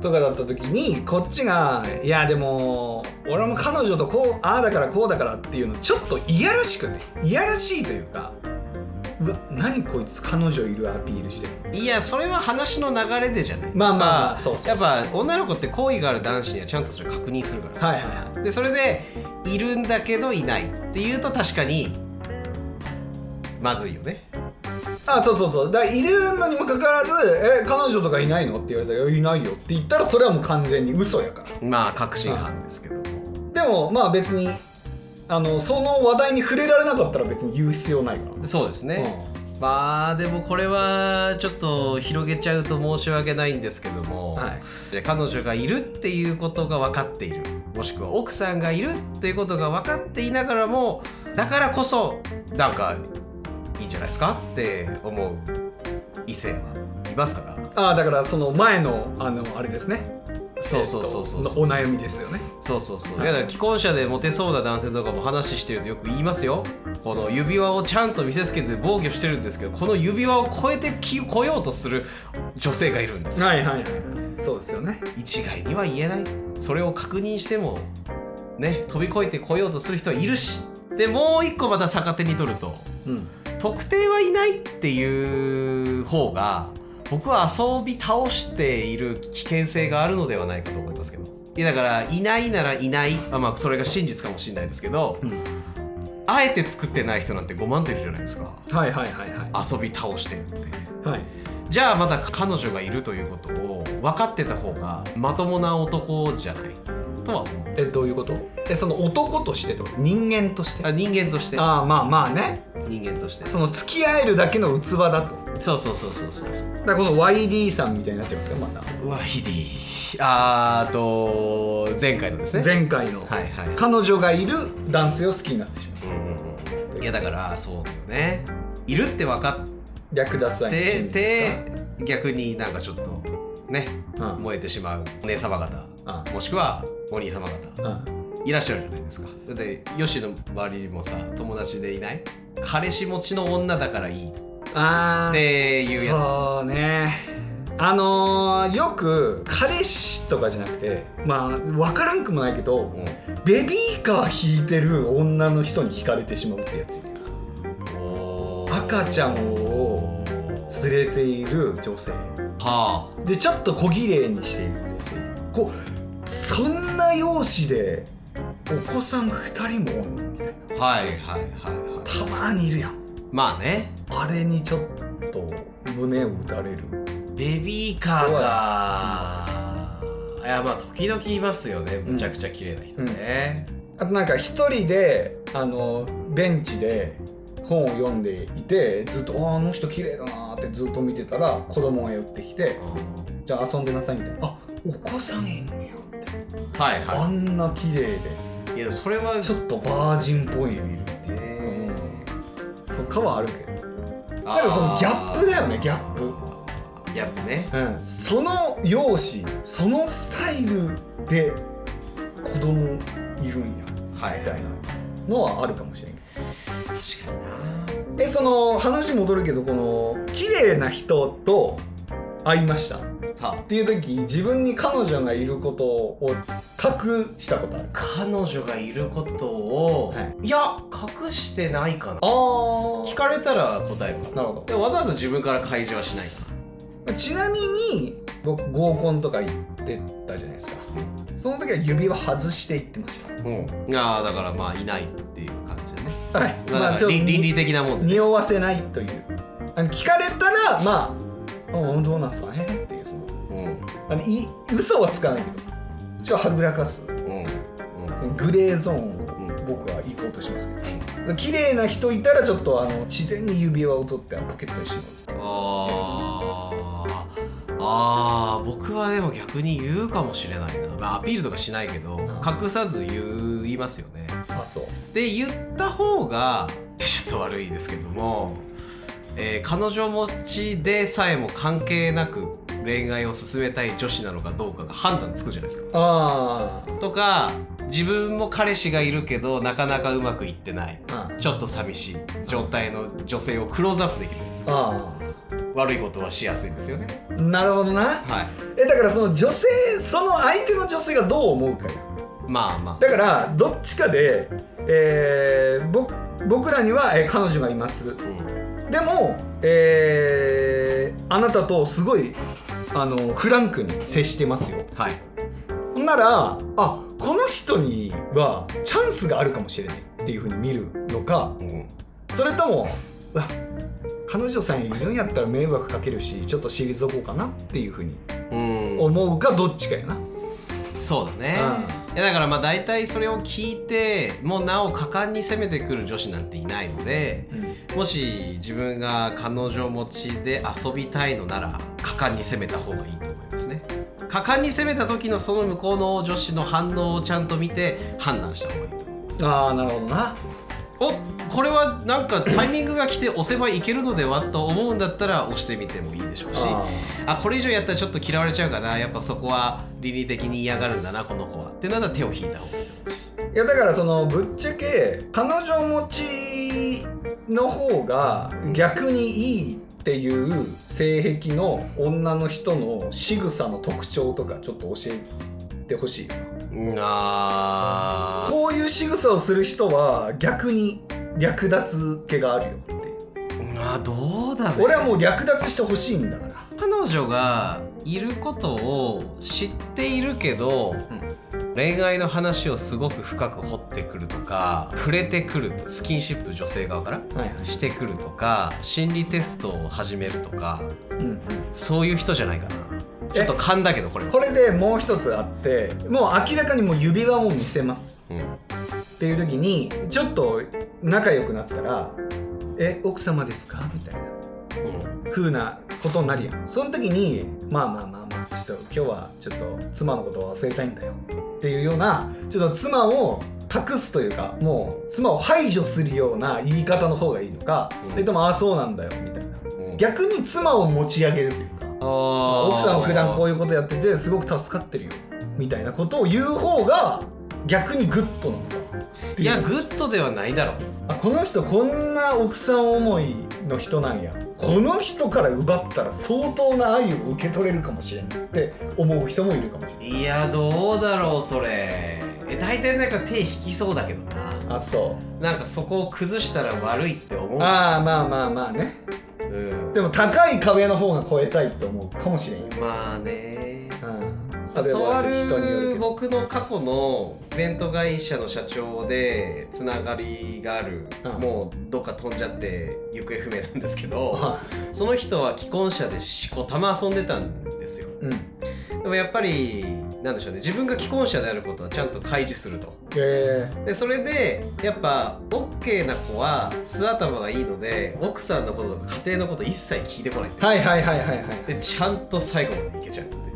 Speaker 4: とかだった時にこっちが「いやでも俺も彼女とこうああだからこうだから」っていうのちょっといやらしくねいやらしいというか「うわ何こいつ彼女いるアピールしてる
Speaker 3: いやそれは話の流れでじゃない
Speaker 4: まあまあまあ
Speaker 3: やっぱ
Speaker 4: そうそう
Speaker 3: やっぱ女の子って好意がある男子にはちゃんとそれ確認するから」さ
Speaker 4: はいはいはい
Speaker 3: でそれでいるんだけどいないっていうと確かにまずいよね
Speaker 4: あそうそうそうだからいるのにもかかわらず「え彼女とかいないの?」って言われたらいや「いないよ」って言ったらそれはもう完全に嘘やから
Speaker 3: まあ確信犯ですけども
Speaker 4: でもまあ別にあのその話題に触れられなかったら別に言う必要ないから
Speaker 3: そうですね、まあでもこれはちょっと広げちゃうと申し訳ないんですけども、
Speaker 4: はい
Speaker 3: で彼女がいるっていうことが分かっているもしくは奥さんがいるということが分かっていながらもだからこそなんかいいんじゃないですかって思う異性はいますから
Speaker 4: ああだからその前のあのあれですね
Speaker 3: そうそうそうそうそう
Speaker 4: お悩みですよね
Speaker 3: そうそうそういやだから既婚者でモテそうな男性とかも話してるとよく言いますよこの指輪をちゃんと見せつけて防御してるんですけどこの指輪を超えてき来ようとする女性がいるんですよ
Speaker 4: はいはいはいそうですよね
Speaker 3: 一概には言えないそれを確認してもね飛び越えて来ようとする人はいるしでもう一個また逆手に取ると
Speaker 4: うん
Speaker 3: 特定はいないっていう方が僕は遊び倒している危険性があるのではないかと思いますけどいやだからいないならいないあまあそれが真実かもしれないですけど、
Speaker 4: ん
Speaker 3: あえて作ってない人なんて5万といるじゃないですか
Speaker 4: はいはいはいはい
Speaker 3: 遊び倒してるって
Speaker 4: はい
Speaker 3: じゃあまだ彼女がいるということを分かってた方がまともな男じゃないとは思う
Speaker 4: えどういうことえその男としてと人間として
Speaker 3: あ
Speaker 4: あ
Speaker 3: 人間として
Speaker 4: あまあまあね
Speaker 3: 人間として
Speaker 4: その付き合えるだけの器だと
Speaker 3: そうそうそうそうそうそう
Speaker 4: だからこの YD さんみたいになっちゃいますよまた
Speaker 3: うわヒディあーと前回のですね
Speaker 4: 前回の、
Speaker 3: はいはい
Speaker 4: 彼女がいる男性を好きになってしまう
Speaker 3: うんうんうんいやだからそうだよねいるって分か
Speaker 4: 略奪
Speaker 3: っ
Speaker 4: 愛の
Speaker 3: て
Speaker 4: 心理で
Speaker 3: て
Speaker 4: すか
Speaker 3: 逆になんかちょっとね
Speaker 4: うん
Speaker 3: 燃えてしまうお姉様方
Speaker 4: あ
Speaker 3: もしくはお兄様方
Speaker 4: あ
Speaker 3: いらっしゃるじゃないですかだってヨシの周りにもさ友達でいない彼氏持ちの女だからいい
Speaker 4: あー
Speaker 3: っていうやつ
Speaker 4: そうねあのー、よく彼氏とかじゃなくてまあ分からんくもないけど
Speaker 3: う
Speaker 4: ベビーカー引いてる女の人に惹かれてしまうってやつ
Speaker 3: んおー
Speaker 4: 赤ちゃんを連れている女性
Speaker 3: は
Speaker 4: でちょっと小綺麗にしている女性こうそんな容姿でお子さん2人もおんのみたいな
Speaker 3: あはいはいはいはい
Speaker 4: たまにいるやん
Speaker 3: まあね
Speaker 4: あれにちょっと胸を打たれる
Speaker 3: ベビーカーかいやまあ時々いますよねむちゃくちゃ綺麗な人ね、
Speaker 4: あとなんか一人であのベンチで本を読んでいてずっと「あーあの人綺麗だな」ってずっと見てたら子供が寄ってきて「じゃあ遊んでなさい」みたいな「あお子さんいんねや」みたい
Speaker 3: はい
Speaker 4: なあ
Speaker 3: は
Speaker 4: んな綺麗で
Speaker 3: いいやそれは
Speaker 4: ちょっとバージンっぽいのいるっていうとかはあるけど
Speaker 3: あー
Speaker 4: でもそのギャップだよねギャップ
Speaker 3: ギャップね
Speaker 4: その容姿そのスタイルで子供いるんや
Speaker 3: はい
Speaker 4: み
Speaker 3: 確
Speaker 4: たいなのはあるかもしれんけ
Speaker 3: かに
Speaker 4: どえその話戻るけどこの綺麗な人と会いましたっ
Speaker 3: なは
Speaker 4: ていう時自分に彼女がいることを隠したことある
Speaker 3: 彼女がいることを、
Speaker 4: はい
Speaker 3: い、や隠してないかな聞
Speaker 4: あ
Speaker 3: かれたら答えるか
Speaker 4: な
Speaker 3: な
Speaker 4: るほ
Speaker 3: でもわざわざ自分から開示はしないか
Speaker 4: どちなみに僕合コンとか行ってたじゃないですかその時は指輪外して行ってまし
Speaker 3: なうんああだからまあいないっていう感じだね
Speaker 4: たはい
Speaker 3: だから
Speaker 4: ちょっと
Speaker 3: 倫倫理的なもんでね
Speaker 4: 匂わせないというあの聞かれたらまあ「うんどうなんすかね?」っていうその
Speaker 3: うん
Speaker 4: あのい嘘はつかないけどちょっとはぐらかす
Speaker 3: うん
Speaker 4: そのグレーゾーンを
Speaker 3: うん
Speaker 4: 僕は行こうとしますけど綺麗な人いたらちょっとあの自然に指輪を取ってポケットにしまう
Speaker 3: あーあー僕はでも逆に言うかもしれないな、まあ、アピールとかしないけど
Speaker 4: ん
Speaker 3: 隠さず言いますよね
Speaker 4: あそう
Speaker 3: で言った方が [laughs] ちょっと悪いですけども、えー彼女持ちでさえも関係なく恋愛を進めたい女子なのかどうかが判断つくじゃないですか
Speaker 4: あー
Speaker 3: とか自分も彼氏がいるけどなかなかうまくいってない
Speaker 4: あ
Speaker 3: ちょっと寂しい状態の女性をクローズアップできるんですよ
Speaker 4: あ
Speaker 3: 悪いことはしやすいんですよね
Speaker 4: ーなるほどな
Speaker 3: はい
Speaker 4: えだからその女性その相手の女性がどう思うかよ
Speaker 3: まあま
Speaker 4: だからどっちかで、えー、ぼ僕らには、えー彼女がいます
Speaker 3: あ、うん、
Speaker 4: でも、えーあなたとすごいあのフランクに接してますよ
Speaker 3: はい
Speaker 4: ほんならあこの人にはチャンスがあるかもしれないっていうふうに見るのか
Speaker 3: うん
Speaker 4: それともうわ彼女さんいるんやったら迷惑かけるしちょっと退こうかなっていうふうに
Speaker 3: うん、
Speaker 4: 思うかどっちかやな、
Speaker 3: そうだね
Speaker 4: う
Speaker 3: いやだからまあ大体それを聞いてもうなお果敢に攻めてくる女子なんていないのでもし自分が彼女持ちで遊びたいのなら果敢に攻めた方がいいと思いますね果敢に攻めた時のその向こうの女子の反応をちゃんと見て判断した方がいい
Speaker 4: ああなるほどな
Speaker 3: おこれはなんかタイミングが来て押せばいけるのではと思うんだったら押してみてもいいでしょうし
Speaker 4: あ
Speaker 3: あこれ以上やったらちょっと嫌われちゃうかなやっぱそこは倫理的に嫌がるんだなこの子はってなったら手を引いた方がいい
Speaker 4: いやだからそのぶっちゃけ彼女持ちの方が逆にいいっていう性癖の女の人の仕草の特徴とかちょっと教えてほしい
Speaker 3: うんあ
Speaker 4: こういう仕草をする人は逆に略奪気があるよっていう
Speaker 3: ーあどうだろう
Speaker 4: 俺はもう略奪してほしいんだから
Speaker 3: 彼女がいることを知っているけど、恋愛の話をすごく深く掘ってくるとか触れてくるとスキンシップ女性側から
Speaker 4: はいは
Speaker 3: してくるとか心理テストを始めるとか
Speaker 4: うん、
Speaker 3: そういう人じゃないかな
Speaker 4: え
Speaker 3: ちょっと勘だけどこれは
Speaker 4: これでもう一つあってもう明らかにもう指輪を見せます
Speaker 3: うん
Speaker 4: っていう時にちょっと仲良くなったら「え奥様ですか?」みたいな
Speaker 3: うん
Speaker 4: 風なことになるやんその時に「まあまあまあまあちょっと今日はちょっと妻のことを忘れたいんだよ」っていうようなちょっと妻を隠すというかもう妻を排除するような言い方の方がいいのか、
Speaker 3: うん
Speaker 4: それとも「ああそうなんだよ」みたいな
Speaker 3: うん
Speaker 4: 逆に妻を持ち上げるというか
Speaker 3: あー
Speaker 4: 奥さんは普段こういうことやっててすごく助かってるよみたいなことを言う方が逆にグッドなんだって
Speaker 3: いうやグッドではないだろう
Speaker 4: あこの人こんな奥さん思いの人なんやこの人から奪ったら相当な愛を受け取れるかもしれないって思う人もいるかもしれない
Speaker 3: いやどうだろうそれえ大体なんか手引きそうだけどな
Speaker 4: あそ
Speaker 3: なんかそこを崩したら悪いって思
Speaker 4: う
Speaker 3: う
Speaker 4: ああまあまあまあね
Speaker 3: うん
Speaker 4: でも高い壁の方が超えたいって思うかもしれんよ
Speaker 3: まあね
Speaker 4: うんそれ
Speaker 3: と
Speaker 4: は
Speaker 3: あ
Speaker 4: ちょっと人によるけ
Speaker 3: る
Speaker 4: ど
Speaker 3: 僕の過去のイベント会社の社長でつながりがある、
Speaker 4: うん
Speaker 3: もうどっか飛んじゃって行方不明なんですけど
Speaker 4: は
Speaker 3: その人は既婚者でしこたま遊んでたんですよ
Speaker 4: いうん
Speaker 3: でもやっぱりなんでしょうね自分が既婚者であることはちゃんと開示すると
Speaker 4: え
Speaker 3: でそれでやっぱ OK な子は素頭がいいので奥さんのこととか家庭のこと一切聞いてこないって
Speaker 4: ー、はいはいはいはいはい
Speaker 3: でちゃんと最後までいけちゃうって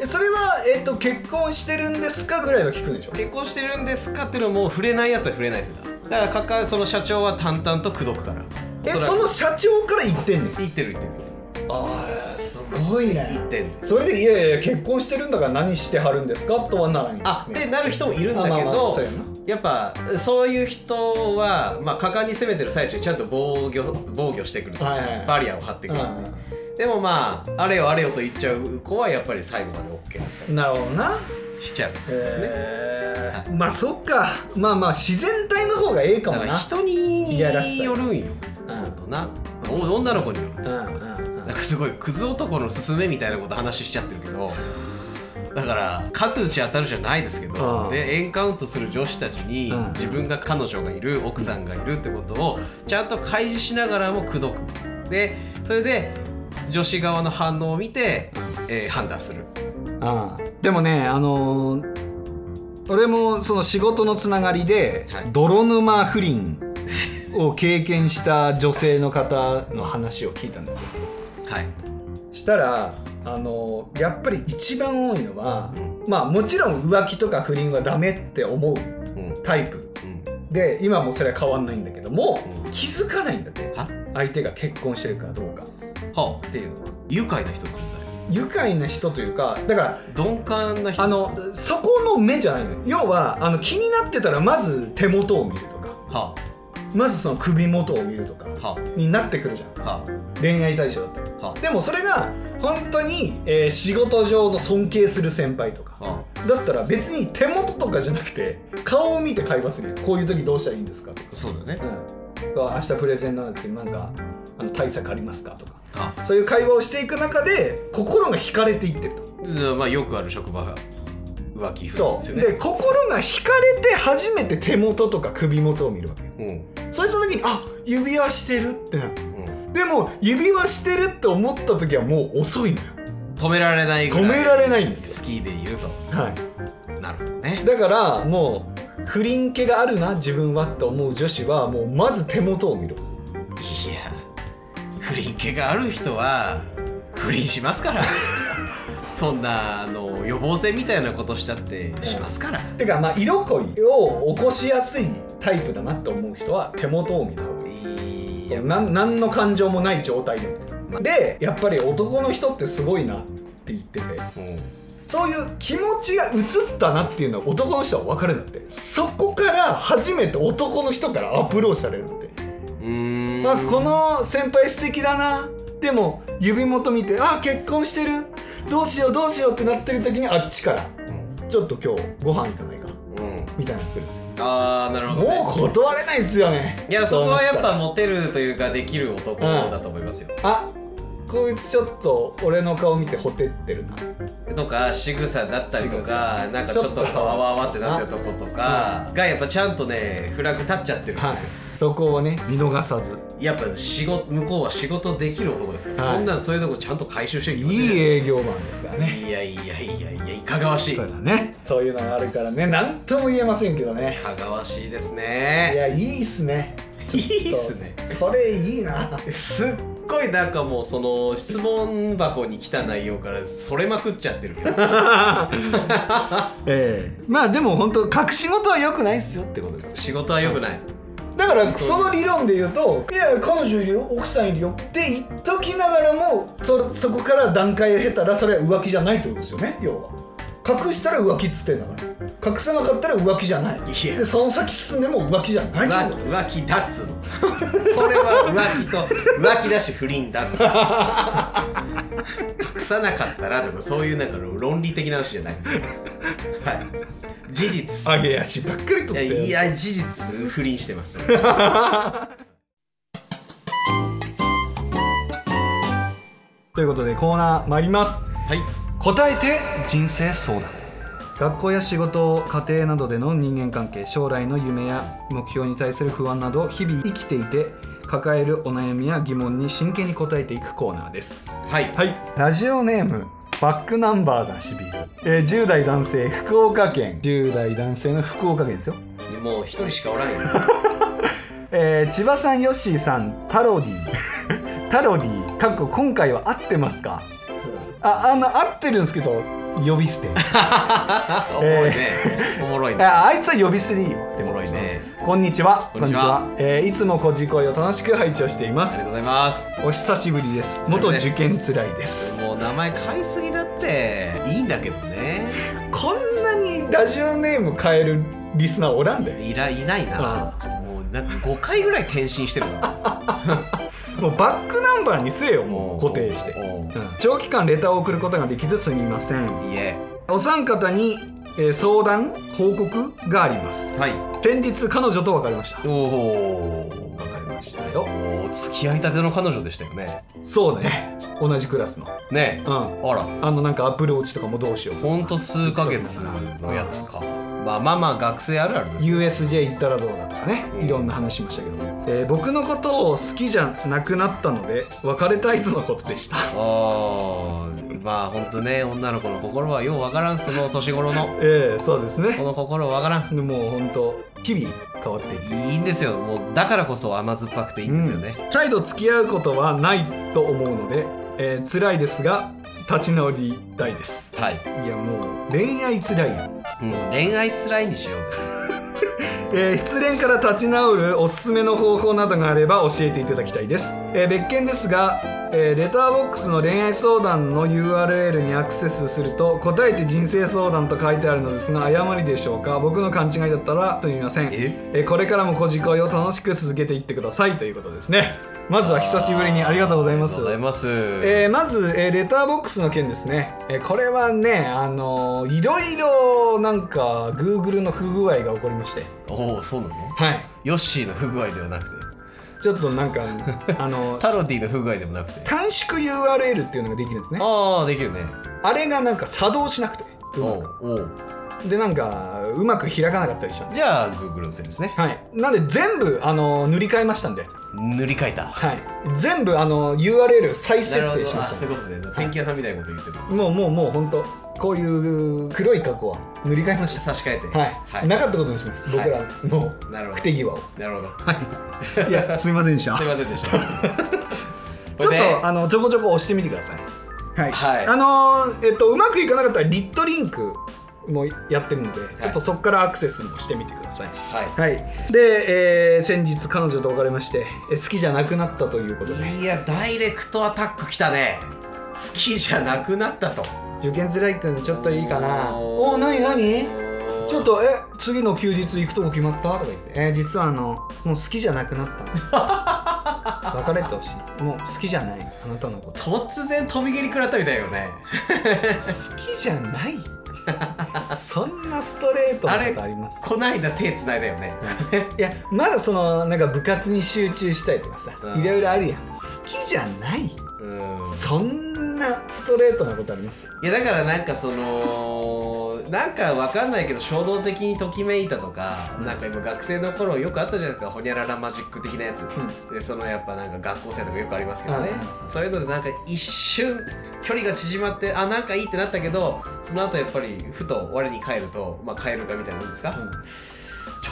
Speaker 4: えそれは、えっと結婚してるんですかぐらいは聞くんでしょ
Speaker 3: 結婚してるんですかっていうのも触れないやつは触れないですよだからかかその社長は淡々と口説くから
Speaker 4: え
Speaker 3: おらく
Speaker 4: その社長から言ってんねん
Speaker 3: 言ってる言ってる
Speaker 4: ああすごいね
Speaker 3: 言ってる
Speaker 4: それでいやいや結婚してるんだから何してはるんですかとはならんよ
Speaker 3: あって
Speaker 4: ね
Speaker 3: なる人もいるんだけ
Speaker 4: あまあまあ
Speaker 3: ど
Speaker 4: そうやな
Speaker 3: やっぱそういう人は、まあ、果敢に攻めてる最中にちゃんと防御防御してくるとか、
Speaker 4: はいはいはい
Speaker 3: バリアを張ってくる、
Speaker 4: う
Speaker 3: でもまああれよあれよと言っちゃう子はやっぱり最後まで OK だっ
Speaker 4: んなるほどな
Speaker 3: たりしちゃうんですね、
Speaker 4: え
Speaker 3: は
Speaker 4: ー、まあそっかまあまあ自然体の方がええかも
Speaker 3: だから
Speaker 4: な
Speaker 3: 人に
Speaker 4: 嫌らしさ
Speaker 3: よるんよ、
Speaker 4: うん
Speaker 3: ほんとな、お女の子によ
Speaker 4: う
Speaker 3: る
Speaker 4: んうんうん
Speaker 3: なんかすごいクズ男のすすめみたいなこと話しちゃってるけどだから数打ち当たるじゃないですけ
Speaker 4: う
Speaker 3: ど
Speaker 4: ん
Speaker 3: でエンカウントする女子たちに
Speaker 4: うん
Speaker 3: 自分が彼女がいる奥さんがいるってことをちゃんと開示しながらも口説くでそれで女子側の反応を見て、えー判断する
Speaker 4: ああでもねあのー俺もその仕事のつながりで、
Speaker 3: はい
Speaker 4: 泥沼不倫を経験した女性の方の話を聞いたんですよ
Speaker 3: はい、
Speaker 4: したらあのやっぱり一番多いのは、
Speaker 3: うん
Speaker 4: まあもちろん浮気とか不倫はダメって思う
Speaker 3: うんうん
Speaker 4: タイプで今もそれは変わんないんだけども、気づかないんだって
Speaker 3: は
Speaker 4: 相手が結婚してるかどうか
Speaker 3: はあ
Speaker 4: っていうのは
Speaker 3: 愉快な人ですよね
Speaker 4: 愉快な人というかだから
Speaker 3: 鈍感な人
Speaker 4: あのそこの目じゃないのよ要はあの気になってたらまず手元を見るとか
Speaker 3: は
Speaker 4: まずその首元を見るとか
Speaker 3: あは
Speaker 4: になってくるじゃん
Speaker 3: あは
Speaker 4: 恋愛対象だったら
Speaker 3: あは
Speaker 4: でもそれが本当に、えー仕事上の尊敬する先輩とか
Speaker 3: あは
Speaker 4: だったら別に手元とかじゃなくて顔を見て会話するよこういう時どうしたらいいんですかとか、
Speaker 3: あそうだよ
Speaker 4: う
Speaker 3: ね
Speaker 4: ん、明日プレゼンなんですけどなんかあの対策ありますかとか
Speaker 3: はあ
Speaker 4: そういう会話をしていく中で心が惹かれていってると。
Speaker 3: まあよくある職場が浮気不倫
Speaker 4: そ
Speaker 3: です
Speaker 4: う
Speaker 3: よね
Speaker 4: で心が惹かれて初めて手元とか首元を見るわけよ
Speaker 3: うん
Speaker 4: そうした時にあ指輪してるってなる
Speaker 3: うん
Speaker 4: でも指輪してるって思った時はもう遅いのよ
Speaker 3: 止められないぐら
Speaker 4: 止
Speaker 3: い
Speaker 4: められないんです
Speaker 3: 好きでいると
Speaker 4: よはい
Speaker 3: なるほどね
Speaker 4: だからもう不倫気があるな自分はって思う女子はもうまず手元を見ろ
Speaker 3: いや不倫気がある人は不倫しますから
Speaker 4: [laughs]
Speaker 3: そんなあの予防線みたいなことしたってしますから、
Speaker 4: てかまあ色恋を起こしやすいタイプだなって思う人は手元を見た方がいい
Speaker 3: い
Speaker 4: そ
Speaker 3: や
Speaker 4: うなん何の感情もない状態でもでやっぱり男の人ってすごいなって言ってて
Speaker 3: うん
Speaker 4: そういう気持ちが移ったなっていうのは男の人は分かるんだってそこから初めて男の人からアプローチされるんだって
Speaker 3: うーん
Speaker 4: まあ、この先輩素敵だなでも指元見てあ結婚してるどうしようどうしようってなってる時にあっちから「ちょっと今日ご飯行かないか
Speaker 3: うん、うん」
Speaker 4: みたいなの来るんですよ
Speaker 3: ああなるほど、ね、
Speaker 4: もう断れないですよね
Speaker 3: いやそこはやっぱ
Speaker 4: うなたら
Speaker 3: モテるというかできる男だと思いますよ、
Speaker 4: あこいつちょっと俺の顔見てほてってるな
Speaker 3: とか仕草だったりとかなんかちょっと
Speaker 4: ちょっと
Speaker 3: 顔わわわってなってるとことかがやっぱちゃんとねフラグ立っちゃってるん
Speaker 4: は
Speaker 3: で
Speaker 4: い
Speaker 3: すよ、
Speaker 4: そこをね見逃さず
Speaker 3: やっぱ仕事向こうは仕事できる男ですから、
Speaker 4: はい
Speaker 3: そんなんそういうとこちゃんと回収してい
Speaker 4: い
Speaker 3: きましょう
Speaker 4: い営業マンですからね
Speaker 3: いやいやいやいやいかがわしい
Speaker 4: そうだねそういうのがあるからね何とも言えませんけどね
Speaker 3: かがわしいです
Speaker 4: い
Speaker 3: ね
Speaker 4: やいいっすね
Speaker 3: いいっすね
Speaker 4: それいいな
Speaker 3: すっごいなんかもうその質問箱に来た内容からそれまくっちゃってるけど
Speaker 4: [laughs] ええまあでも本当隠し事は良くないっすよってことですよ
Speaker 3: 仕事はよくない
Speaker 4: だからその理論で言うと「いや彼女いるよ奥さんいるよ」って言っときながらもそそこから段階を経たらそれは浮気じゃないってことですよね要は隠したら浮気っつってんだから隠さなかったら浮気じゃない
Speaker 3: [laughs] いや
Speaker 4: でその先進んでも浮気じゃないって
Speaker 3: 浮
Speaker 4: こと
Speaker 3: 気
Speaker 4: です
Speaker 3: 浮気だっつうのそれは浮気と浮気だし不倫だっつうの [laughs] 隠さなかったらとかそういうなんか論理的な話じゃないんですよはい事実
Speaker 4: 揚げ足ばっかりと
Speaker 3: い
Speaker 4: っ
Speaker 3: や
Speaker 4: て
Speaker 3: いや事実不倫してます
Speaker 4: ということでコーナー参ります
Speaker 3: はい
Speaker 4: 答えて
Speaker 2: 人生相談
Speaker 4: 学校や仕事家庭などでの人間関係将来の夢や目標に対する不安など日々生きていて抱えるお悩みや疑問に真剣に答えていくコーナーです
Speaker 3: はい
Speaker 4: はいラジオネームバックナンバーがしびる、えー10代男性福岡県10代男性の福岡県ですよ、
Speaker 3: でもう一人しかお [laughs] らんよ
Speaker 4: えー千葉さんヨッシーさんタロディ [laughs] タロディかっこ今回は合ってますかああの合ってるんですけど呼び捨て
Speaker 3: おもろいね、おもろいね
Speaker 4: ああいつは呼び捨てでいいよ
Speaker 3: おもろいね
Speaker 4: こんにちは。
Speaker 3: こんにちは
Speaker 4: えーいつもこじこいを楽しく拝聴していま
Speaker 3: ありがとう
Speaker 4: す。
Speaker 3: ございます
Speaker 4: お久しぶりです。元受験つらいです。
Speaker 3: もう名前買いすぎだっていいんだけどね
Speaker 4: こんなにラジオネーム変えるリスナーおらんで。
Speaker 3: いらいないなもうなんか5回ぐらい転身してるな
Speaker 4: もうバックナンバーにせよ、もう固定して。
Speaker 3: お
Speaker 4: うん長期間レターを送ることができずすみません。
Speaker 3: いいえ
Speaker 4: お三方に、えー相談報告があります。
Speaker 3: はい
Speaker 4: 先日彼女と別れました。
Speaker 3: おおわかりましたよお付き合いたての彼女でしたよね
Speaker 4: そうね。同じクラスの。
Speaker 3: ねえ
Speaker 4: うん。
Speaker 3: あら
Speaker 4: あのなんかアップルウォッチとかもどうしよう。
Speaker 3: ほんと数ヶ月のやつかまあまあまあ学生あるあるです
Speaker 4: USJ 行ったらどうだとかね
Speaker 3: うん
Speaker 4: いろんな話しましたけど、えー僕のことを好きじゃなくなったので別れたいとのことでした、 [laughs]
Speaker 3: あーまあほんとね女の子の心はようわからんその年頃の
Speaker 4: ええそうです
Speaker 3: こ
Speaker 4: ね
Speaker 3: の心はわからん
Speaker 4: もうほんと日々変わっていき
Speaker 3: いいんですよもうだからこそ甘酸っぱくていいんですよね、
Speaker 4: 再度付き合うことはないと思うので、えー、辛いですが立ち直りたいです
Speaker 3: はい、
Speaker 4: いやもう恋愛辛いやん、
Speaker 3: うん、恋愛つらいにしようぜ
Speaker 4: えー失恋から立ち直るおすすめの方法などがあれば教えていただきたいです、えー別件ですが、えーレターボックスの恋愛相談の URL にアクセスすると答えて人生相談と書いてあるのですが誤りでしょうか僕の勘違いだったらすみません
Speaker 3: え
Speaker 4: えーこれからもこじこいを楽しく続けていってくださいということですねまずは久しぶりにありがとうございます
Speaker 3: ありがとうございます、
Speaker 4: えーまず、えーレターボックスの件ですね、えーこれはねあのーいろいろなんか Google の不具合が起こりまして
Speaker 3: おおそうなの
Speaker 4: はい
Speaker 3: ヨッシーの不具合ではなくて
Speaker 4: ちょっとなん [laughs] かあの
Speaker 3: タロディの不具合でもなくて
Speaker 4: 短縮 URL っていうのができるんですね
Speaker 3: ああできるね
Speaker 4: あれがなんか作動しなくて
Speaker 3: お
Speaker 4: うま
Speaker 3: お
Speaker 4: く
Speaker 3: うおう
Speaker 4: でなんかうまく開かなかったりしたんで
Speaker 3: じゃあ Google のせいですね
Speaker 4: はいなんで全部あの塗り替えましたんで
Speaker 3: 塗り替えた
Speaker 4: はい全部あの URL 再設
Speaker 3: なるほ
Speaker 4: 定
Speaker 3: ど
Speaker 4: しま
Speaker 3: あ
Speaker 4: し
Speaker 3: そういうことですねペンキ屋さんみたいなこと言ってる
Speaker 4: たもうもうもう本当こういう黒い過去は塗り替えました
Speaker 3: 差し替えて
Speaker 4: はい、なかったことにします
Speaker 3: はい
Speaker 4: 僕らもう
Speaker 3: なるほど
Speaker 4: 不手際を
Speaker 3: なるほど
Speaker 4: [laughs] はいいやすいませんでした
Speaker 3: すいません
Speaker 4: [laughs]
Speaker 3: でした
Speaker 4: ちょっ
Speaker 3: これで
Speaker 4: とあのちょこちょこ押してみてください。はい。
Speaker 3: はい
Speaker 4: あのーえっとうまくいかなかったらリットリンクもやってるので、ちょっとそこからアクセスもしてみてください。
Speaker 3: は
Speaker 4: はい。で、えー先日彼女と別れまして、え好きじゃなくなったということで、
Speaker 3: いいやダイレクトアタックきたね好きじゃなくなったと
Speaker 4: 受験辛いってのちょっといいかな。おお、なになに？ちょっとえ次の休日行くとこ決まったとか言って、えー実はあのもう好きじゃなくなったの。別れてほしい。もう好きじゃないあなたのこと。
Speaker 3: 突然飛び蹴り食らったみたいよね
Speaker 4: 好きじゃないそんなストレートなことありますか
Speaker 3: こないだ手つないだよね
Speaker 4: いやまだそのなんか部活に集中したいとかさ
Speaker 3: うん
Speaker 4: いろいろあるやん好きじゃない
Speaker 3: [laughs] うん
Speaker 4: そんなストレートなことあります
Speaker 3: いやだからなんかそのなんかわかんないけど衝動的にときめいたとかなんか今学生の頃よくあったじゃないですかほにゃららマジック的なやつ、でそのやっぱなんか学校生とかよくありますけどね、
Speaker 4: うん
Speaker 3: そういうのでなんか一瞬距離が縮まってあなんかいいってなったけどその後やっぱりふと我に返るとまあ帰るかみたいなもんですか、ち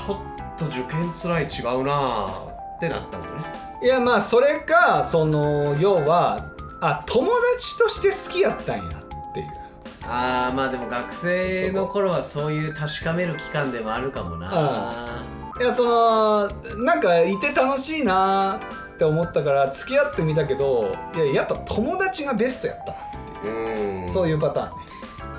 Speaker 3: ょっと受験つらい違うなーってなったもんね
Speaker 4: いやまあそれかその要はあ友達として好きやったんやっていう
Speaker 3: あーまあでも学生の頃はそういう確かめる期間でもあるかもな、
Speaker 4: いやそのなんかいて楽しいなって思ったから付き合ってみたけどいややっぱ友達がベストやった、
Speaker 3: うん
Speaker 4: そういうパターンね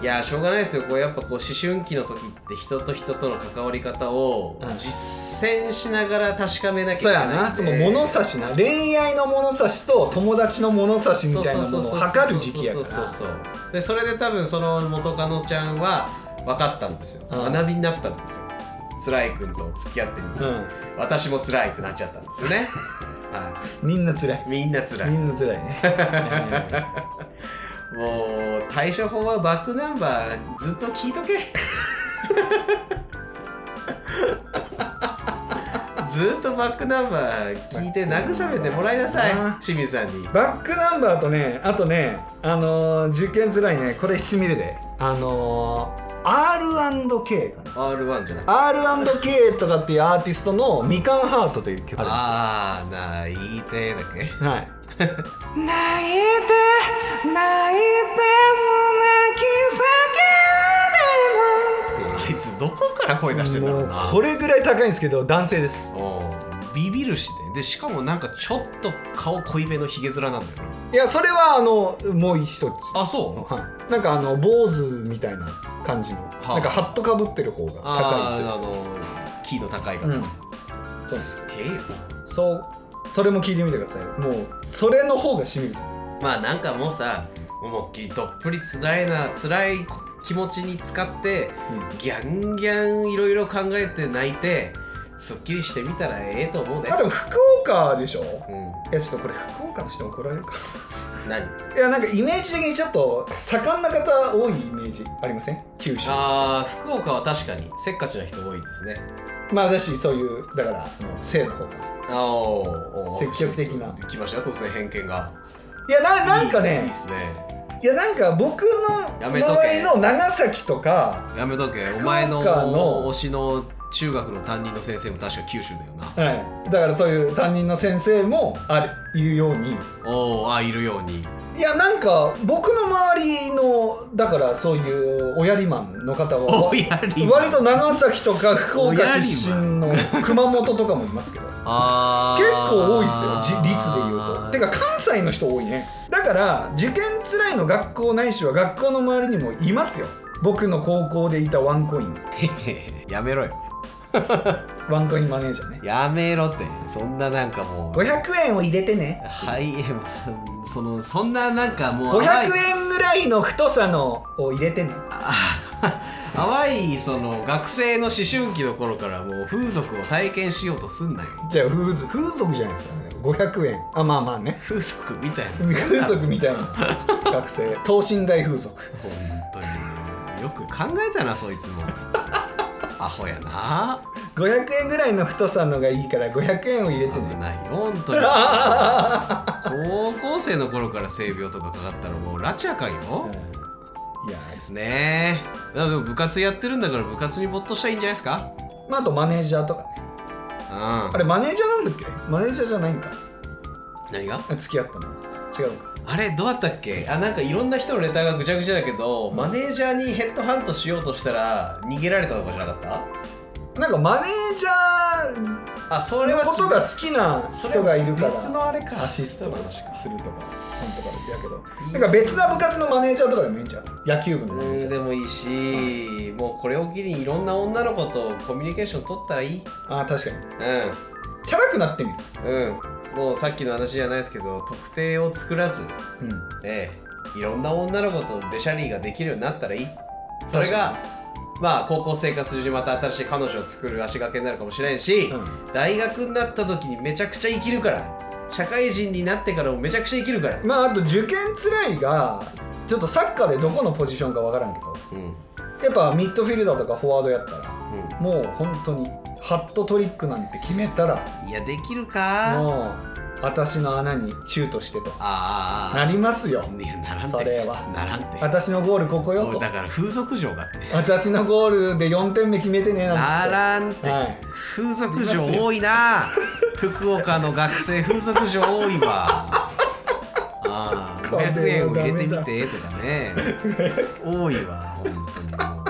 Speaker 3: いやしょうがないですよこうやっぱこう思春期の時って人と人との関わり方を
Speaker 4: うん
Speaker 3: 実践しながら確かめなき
Speaker 4: そう
Speaker 3: ゃいけ
Speaker 4: や
Speaker 3: ない
Speaker 4: な、その
Speaker 3: も
Speaker 4: 物差しな恋愛の物差しと友達の物差しみたいなものを測る時期やか
Speaker 3: そうそう
Speaker 4: ら
Speaker 3: そうそうでそれで多分その元カノちゃんは分かったんですよ
Speaker 4: うん
Speaker 3: 学びになったんですよ辛い君と付き合ってみて、
Speaker 4: うん
Speaker 3: 私も辛いってなっちゃったんですよ
Speaker 4: [laughs]
Speaker 3: ねは
Speaker 4: みんな辛い
Speaker 3: いみんな辛い
Speaker 4: みんな辛いね [laughs] え
Speaker 3: もう対処法はバックナンバーずっと聞いとけ
Speaker 4: [laughs]
Speaker 3: ずっとバックナンバー聞いて慰めてもらいなさい
Speaker 4: バックナンバー
Speaker 3: 清水さんに
Speaker 4: ーバックナンバーとねあとねあのー受験辛いねこれ必見るであのー R&K かな
Speaker 3: R1 じゃなくて
Speaker 4: R&K とかっていうアーティストの「みかんハート」という曲あ
Speaker 3: ああないてだっけ
Speaker 4: りますはい泣いて泣いて胸き叫んでも
Speaker 3: あいつどこから声出してんだろうな
Speaker 4: これぐらい高いんですけど男性です
Speaker 3: おうビビるしねでしかもなんかちょっと顔濃いめのひげ面なんだよ
Speaker 4: いやそれはあのもう一つ
Speaker 3: なあそう
Speaker 4: はい、なんかあの坊主みたいな感じの、
Speaker 3: あ
Speaker 4: なんかハットかぶってる方が高い
Speaker 3: あーあ
Speaker 4: ん
Speaker 3: のキーの高い方、
Speaker 4: ですよ、うん
Speaker 3: すげえよ
Speaker 4: そうそれも聞いてみてくださいもうそれの方がしみる
Speaker 3: まあなんかもうさ思いっきりどっぷり辛いな辛い気持ちに使って、
Speaker 4: う
Speaker 3: ギャンギャンいろいろ考えて泣いてすっきりしてみたらええと思うで、
Speaker 4: あでも福岡でしょ
Speaker 3: うん
Speaker 4: いやちょっとこれ福岡の人怒られるか
Speaker 3: 何
Speaker 4: いやなんかイメージ的にちょっと盛んな方多いイメージありません九州
Speaker 3: あー福岡は確かにせっかちな人多いですね
Speaker 4: まあだしそういうだからあの性の方が
Speaker 3: あーおー
Speaker 4: 積極的な
Speaker 3: 来ましたよ突然偏見が
Speaker 4: いやななんか
Speaker 3: いい
Speaker 4: ね
Speaker 3: ですね
Speaker 4: いやなんか僕の
Speaker 3: や
Speaker 4: 周
Speaker 3: めとけ
Speaker 4: りの長崎とか、
Speaker 3: やめとけお
Speaker 4: 福岡の
Speaker 3: 前の推しの中学の担任の先生も確か九州だよな
Speaker 4: はい、だからそういう担任の先生もあるいるように
Speaker 3: おおあいるように
Speaker 4: いやなんか僕の周りのだからそういうおやりマンの方は
Speaker 3: [laughs] おやりマン
Speaker 4: 割と長崎とか福
Speaker 3: お
Speaker 4: 岡
Speaker 3: やりマン
Speaker 4: 出身の熊本とかもいます
Speaker 3: [laughs]
Speaker 4: けど結
Speaker 3: あー
Speaker 4: 構多いっすよじ率でいうとてか関西の人多いねだから受験つらいの学校ないしは学校の周りにもいますよ僕の高校でいたワンコイン
Speaker 3: [laughs] やめろよ
Speaker 4: ワンコインマネージャーね
Speaker 3: やめろってそんななんかもう
Speaker 4: 500円を入れてね
Speaker 3: はいえもうさそのそんななんかもう
Speaker 4: 500
Speaker 3: 淡い
Speaker 4: 円ぐらいの太さのを入れてね
Speaker 3: あ [laughs] 淡いその学生の思春期の頃からもう風俗を体験しようとすんなよ
Speaker 4: じゃあ風俗風俗じゃないですかね500円あまあまあね
Speaker 3: 風俗みたいな
Speaker 4: 風俗みたいな学生等身大風俗
Speaker 3: 本当によく考えたなそいつ
Speaker 4: [laughs]
Speaker 3: もアホやな
Speaker 4: 500円ぐらいの太さのがいいから500円を入れて
Speaker 3: 危
Speaker 4: ね
Speaker 3: ない本
Speaker 4: [laughs]
Speaker 3: 当に高校生の頃から性病とかかかったらもう拉致あかんよ、
Speaker 4: いや
Speaker 3: ですねいやでも部活やってるんだから部活に没頭したらいいんじゃないですか
Speaker 4: まあ、あとマネージャーとかね
Speaker 3: うん
Speaker 4: あれマネージャーなんだっけマネージャーじゃないんか
Speaker 3: 何が
Speaker 4: 付き合ったの違うか
Speaker 3: あれどうだったっけあなんかいろんな人のレターがぐちゃぐちゃだけどマネージャーにヘッドハントしようとしたら逃げられたとかじゃなかっ
Speaker 4: なんかマネージャ
Speaker 3: たあそれ
Speaker 4: ー
Speaker 3: は
Speaker 4: の
Speaker 3: 違う
Speaker 4: ことが好きな人がいるから
Speaker 3: 別のあれか
Speaker 4: アシストをするとかなんとかだけどなんか別な部活のマネージャーとかでもいいんちゃう野球部のマネージ
Speaker 3: うん
Speaker 4: ャー
Speaker 3: でもいいしもうこれを機にいろんな女の子とコミュニケーション取ったらいい
Speaker 4: ああ確かに
Speaker 3: うん
Speaker 4: チャラくなってみる
Speaker 3: うん、もうさっきの話じゃないですけど特定を作らず、
Speaker 4: うん
Speaker 3: ええ、いろんな女の子とべしゃりができるようになったらいいそれがまあ高校生活中にまた新しい彼女を作る足掛けになるかもしれんし、
Speaker 4: う
Speaker 3: 大学になった時にめちゃくちゃ生きるから社会人になってからもめちゃくちゃ生きるから、
Speaker 4: まああと受験つらいがちょっとサッカーでどこのポジションかわからんけど
Speaker 3: うんうん、
Speaker 4: やっぱミッドフィルダーとかフォワードやったらもう本当にハットトリックなんて決めたら
Speaker 3: いやできるか
Speaker 4: もう私の穴にシュートしてと
Speaker 3: ああ
Speaker 4: なりますよ
Speaker 3: いやならんて
Speaker 4: それは
Speaker 3: ならんて
Speaker 4: 私のゴールここよ
Speaker 3: おい
Speaker 4: と
Speaker 3: だから風俗嬢があって
Speaker 4: 私のゴールで4点目決めてね
Speaker 3: な
Speaker 4: なんつ
Speaker 3: らん
Speaker 4: ってて、はい、
Speaker 3: 風俗嬢多いな福岡の学生風俗嬢多いわああ
Speaker 4: これは
Speaker 3: 500円を入れて
Speaker 4: ダ
Speaker 3: み
Speaker 4: メ
Speaker 3: てとかね多いわ本当にもう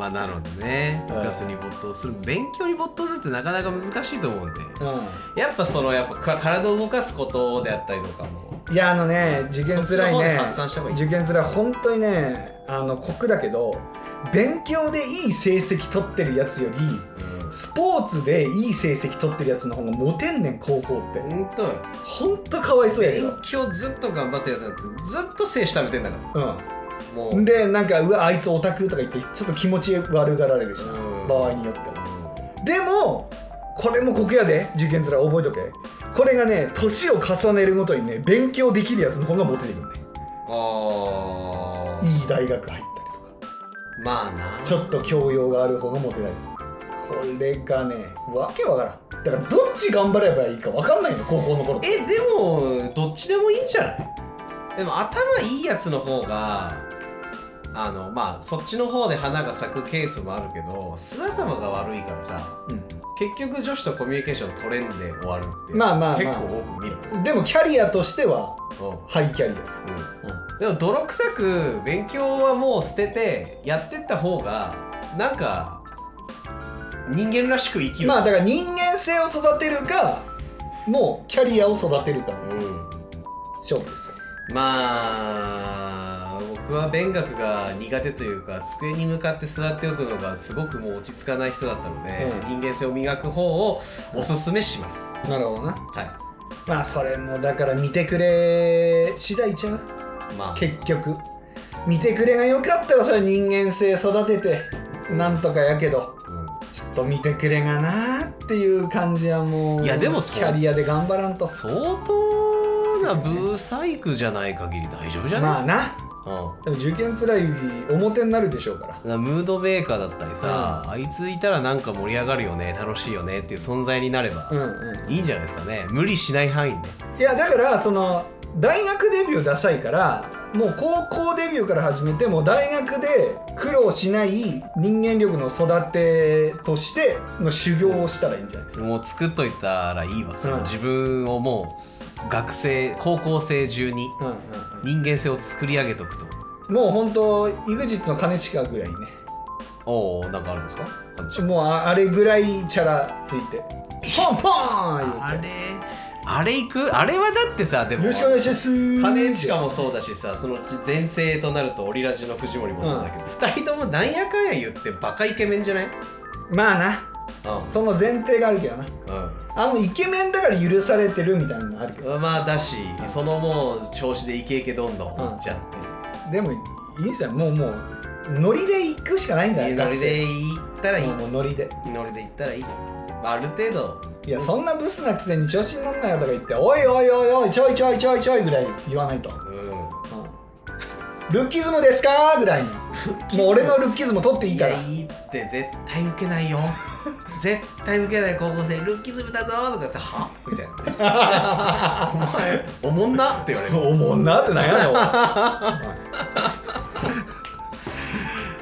Speaker 3: まあなのでね部
Speaker 4: はい
Speaker 3: 活に没頭する勉強に没頭するってなかなか難しいと思うんで
Speaker 4: う
Speaker 3: やっぱそのやっぱか体を動かすことであったりとかも
Speaker 4: ん、いやあのね受験つらい
Speaker 3: そっちの方で
Speaker 4: ね
Speaker 3: 発散した方がいい
Speaker 4: 受験つらい本当にねあの酷だけど勉強でいい成績取ってるやつより
Speaker 3: うん
Speaker 4: スポーツでいい成績取ってるやつの方がモテんねん高校って
Speaker 3: ほんとよ
Speaker 4: ほんとかわいそうやけ
Speaker 3: 勉
Speaker 4: ど
Speaker 3: 強ずっと頑張ってるやつなんてずっと精子食べてんだからも
Speaker 4: う
Speaker 3: うん
Speaker 4: でなんかうわあいつオタクとか言ってちょっと気持ち悪がられるしな
Speaker 3: うん
Speaker 4: 場合によってはでもこれもこけやで受験つらい覚えとけこれがね年を重ねるごとにね勉強できるやつの方がモテてくるね
Speaker 3: ああ
Speaker 4: いい大学入ったりとか
Speaker 3: まあな
Speaker 4: ちょっと教養がある方がモテないこれがねわけわからんだからどっち頑張ればいいかわかんないの高校の頃って
Speaker 3: えでもどっちでもいいんじゃないでも頭いいやつの方があのまあそっちの方で花が咲くケースもあるけど素頭が悪いからさ結局女子とコミュニケーション取れんで終わるって
Speaker 4: まあまあまあ
Speaker 3: 結構多く見る、
Speaker 4: でもキャリアとしては
Speaker 3: うん
Speaker 4: ハイキャリ
Speaker 3: うんでも泥臭く勉強はもう捨ててやってった方がなんか人間らしく生き
Speaker 4: ア
Speaker 3: る
Speaker 4: まあだから人間性を育てるかもうキャリアを育てるかの
Speaker 3: うん
Speaker 4: 勝負ですよ
Speaker 3: まあ僕は勉学が苦手というか机に向かって座っておくのがすごくもう落ち着かない人だったので、人間性を磨く方をおすすめします、
Speaker 4: なるほどな
Speaker 3: はい
Speaker 4: まあそれもだから見てくれ次第ちゃう
Speaker 3: まあ
Speaker 4: 結局見てくれが良かったらそれ人間性育ててなんとかやけどちょっと見てくれがなーっていう感じはもうい
Speaker 3: やでもそう
Speaker 4: キャリアで頑張らんと
Speaker 3: 相当なブサイクじゃない限り大丈夫じゃ
Speaker 4: ま
Speaker 3: な
Speaker 4: あ
Speaker 3: い、
Speaker 4: な
Speaker 3: うん
Speaker 4: でも受験つらい表になるでしょうから
Speaker 3: だからムードメーカーだったりさ、あいついたらなんか盛り上がるよね楽しいよねっていう存在になれば、
Speaker 4: うんうん
Speaker 3: いいんじゃないですかね無理しない範囲で
Speaker 4: いやだからその大学デビューダサいからもう高校デビューから始めてもう大学で苦労しない人間力の育てとしての修行をしたらいいんじゃないですか
Speaker 3: もう作っといたらいいわ、その
Speaker 4: うん
Speaker 3: 自分をもう学生高校生中に
Speaker 4: うんうん
Speaker 3: 人間性を作り上げとくと
Speaker 4: うん、もう本当 EXIT の兼近ぐらいね
Speaker 3: おおなんかあるんですかあるでしょ
Speaker 4: もうああれぐらいチャラついてポンポ
Speaker 3: あ
Speaker 4: ーン言う
Speaker 3: れ
Speaker 4: て
Speaker 3: あれ行くあれはだってさでも
Speaker 4: よろしくお願いします
Speaker 3: 金近もそうだしさその前世となるとオリラジの藤森もそうだけど、二人ともなんやかんや言ってバカイケメンじゃないうん
Speaker 4: まあなその前提があるけどなあのイケメンだから許されてるみたいなのあるけど
Speaker 3: うんまあだしそのもう調子でイケイケどんどんいっちゃって、
Speaker 4: でもいいですよもうもうノリで行くしかないんだよ
Speaker 3: ノリで行ったらいい、
Speaker 4: 学生もうノリで
Speaker 3: ノリで行ったらいい、まあ、ある程度
Speaker 4: いやそんなブスなくせに調子になんなよとか言っておいおいおいおいちょいちょいちょいちょいぐらい言わないと、
Speaker 3: うん
Speaker 4: うんルッキズムですかぐらいのもう俺のルッキズム取っていい
Speaker 3: い
Speaker 4: か
Speaker 3: や
Speaker 4: ら
Speaker 3: いいって絶対受けな
Speaker 4: [laughs]
Speaker 3: いよ絶対受けない高校生ルッキズムだぞとかってはみたいなお
Speaker 4: [laughs]
Speaker 3: 前おもんなって言われる
Speaker 4: おもんなってなんやねんおい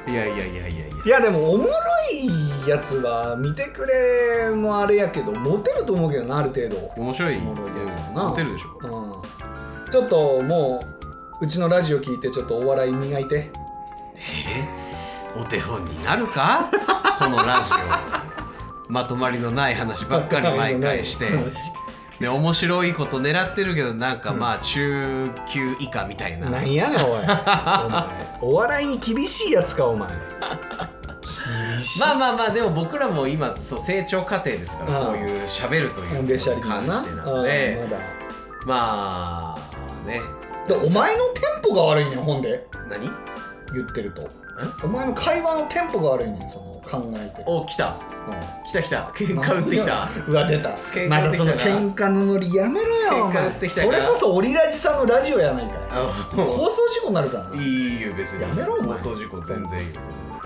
Speaker 3: いやいやいやいやいや
Speaker 4: いやでもおもろいやつは見てくれもあれやけどモテると思うけどなある程度
Speaker 3: 面白い
Speaker 4: おもろいやつやな
Speaker 3: モテるでしょ
Speaker 4: うんちょっともううちのラジオ聞いてちょっとお笑い磨いて
Speaker 3: お手本になる
Speaker 4: [laughs]
Speaker 3: かこのラジオまとまりのない話ばっか
Speaker 4: [laughs]
Speaker 3: り毎回してで面白いこと狙ってるけどなんかまあ中級以下みたいな
Speaker 4: なんやねん
Speaker 3: [laughs]
Speaker 4: おいお前お笑いに厳しいやつかお前厳しい
Speaker 3: まあまあまあでも僕らも今そう成長過程ですから
Speaker 4: うん
Speaker 3: こういう喋るとい
Speaker 4: ほ
Speaker 3: うん
Speaker 4: でしゃりか
Speaker 3: 感
Speaker 4: な
Speaker 3: じでなので
Speaker 4: うんまだ
Speaker 3: まあね
Speaker 4: でお前のテンポが悪いねんほんで
Speaker 3: 何
Speaker 4: 言ってるとお前の会話のテンポが悪いねんその考えてる
Speaker 3: お来た
Speaker 4: う
Speaker 3: 来た来た
Speaker 4: ん
Speaker 3: 喧嘩売ってきた
Speaker 4: [laughs] うわ出た
Speaker 3: 喧嘩
Speaker 4: ま
Speaker 3: 売っ
Speaker 4: だ
Speaker 3: てき
Speaker 4: そ
Speaker 3: た
Speaker 4: の
Speaker 3: な
Speaker 4: 喧嘩のノリやめろよお
Speaker 3: 喧嘩
Speaker 4: 前
Speaker 3: 売ってきた
Speaker 4: そ
Speaker 3: な
Speaker 4: れこそオリラジさんのラジオやないかい
Speaker 3: あも
Speaker 4: 放送事故になるから
Speaker 3: う
Speaker 4: ない
Speaker 3: いよ別に
Speaker 4: やめろお前
Speaker 3: 放送事故全然いいよ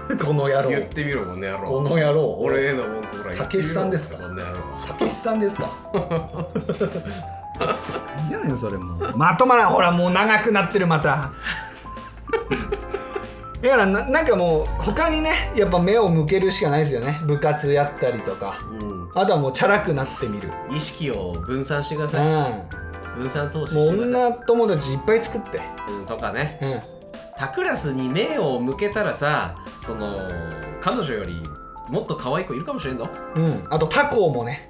Speaker 4: [laughs] この野郎
Speaker 3: 言ってみろこの野郎
Speaker 4: この野郎
Speaker 3: 俺への文句ぐらい言って
Speaker 4: たけ
Speaker 3: みろ
Speaker 4: しさんですか
Speaker 3: この野郎
Speaker 4: たけしさんですか何やねんそれもう [laughs] まとまらんほらもう長くなってるまた [laughs] だからななんかもう他にねやっぱ目を向けるしかないですよね部活やったりとか
Speaker 3: う
Speaker 4: あとはもうチャラくなってみる
Speaker 3: ん意識を分散してくだ
Speaker 4: うん
Speaker 3: さい分散投資
Speaker 4: も
Speaker 3: して
Speaker 4: う
Speaker 3: ください
Speaker 4: 女友達いっぱい作って
Speaker 3: うんとかね
Speaker 4: うん
Speaker 3: 他クラスに目を向けたらさその彼女よりもっと可愛い子いるかもしれんぞ
Speaker 4: うんあと他校もね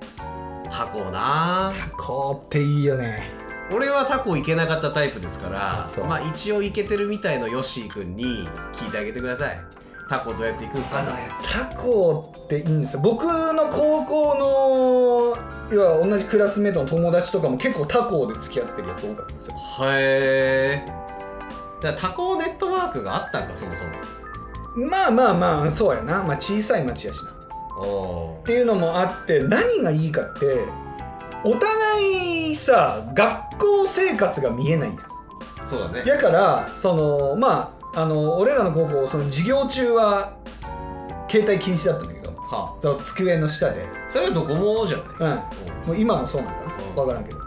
Speaker 3: タコな
Speaker 4: 他校っていいよね
Speaker 3: 俺はタコ行けなかったタイプですから
Speaker 4: あそう
Speaker 3: まあ一応行けてるみたいのヨッシーくんに聞いてあげてくださいタコどうやって行くんですか
Speaker 4: あのね他校っていいんですよ僕の高校のいわ同じクラスメートの友達とかも結構他校で付き合ってるやつ多かったんですよ
Speaker 3: へえだからタコネットワークがあったんかそもそも
Speaker 4: まあまあまあそうやな、まあ、小さい町やしなっ
Speaker 3: お
Speaker 4: ていうのもあって何がいいかってお互いさ学校生活が見えないやん
Speaker 3: ーそうだね
Speaker 4: やからそのまああの俺らの高校その授業中は携帯禁止だったんだけど
Speaker 3: は
Speaker 4: その机の下で
Speaker 3: あそれはどこもじゃない
Speaker 4: うんもう今もそうなんか
Speaker 3: うん
Speaker 4: な分からんけど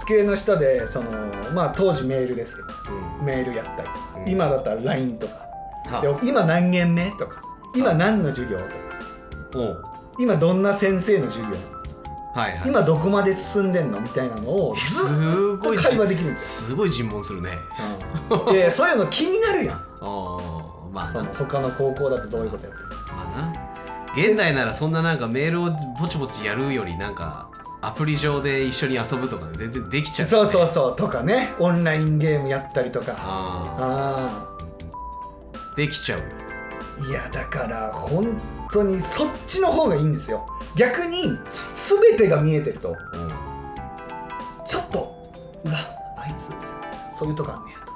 Speaker 4: 机の下でそのまあ当時メールですけどメールやったりとか、
Speaker 3: うん
Speaker 4: 今だったら LINE とかで
Speaker 3: は
Speaker 4: 今何件目とか今何の授業とか
Speaker 3: あおう
Speaker 4: 今どんな先生の授業
Speaker 3: はいはい
Speaker 4: 今どこまで進んでんのみたいなのをずっ
Speaker 3: す
Speaker 4: と
Speaker 3: ごい
Speaker 4: 会話できるんです
Speaker 3: すごい尋問するね
Speaker 4: よ、うんいやいやそういうの気になるやん
Speaker 3: ああまあ
Speaker 4: そ
Speaker 3: な
Speaker 4: の他の高校だとどういうことやって
Speaker 3: まあな現代ならそんななんかメールをぼちぼちやるよりなんかアプリ上で一緒に遊ぶとか全然できちゃう、ね、
Speaker 4: そうそうそうとかねオンラインゲームやったりとか
Speaker 3: あ
Speaker 4: あ
Speaker 3: あできちゃうよ
Speaker 4: あいやだから本当にそっちの方がいいんですよ逆に全てが見えてると
Speaker 3: うん
Speaker 4: ちょっとうわあいつそういうとこあんねやとか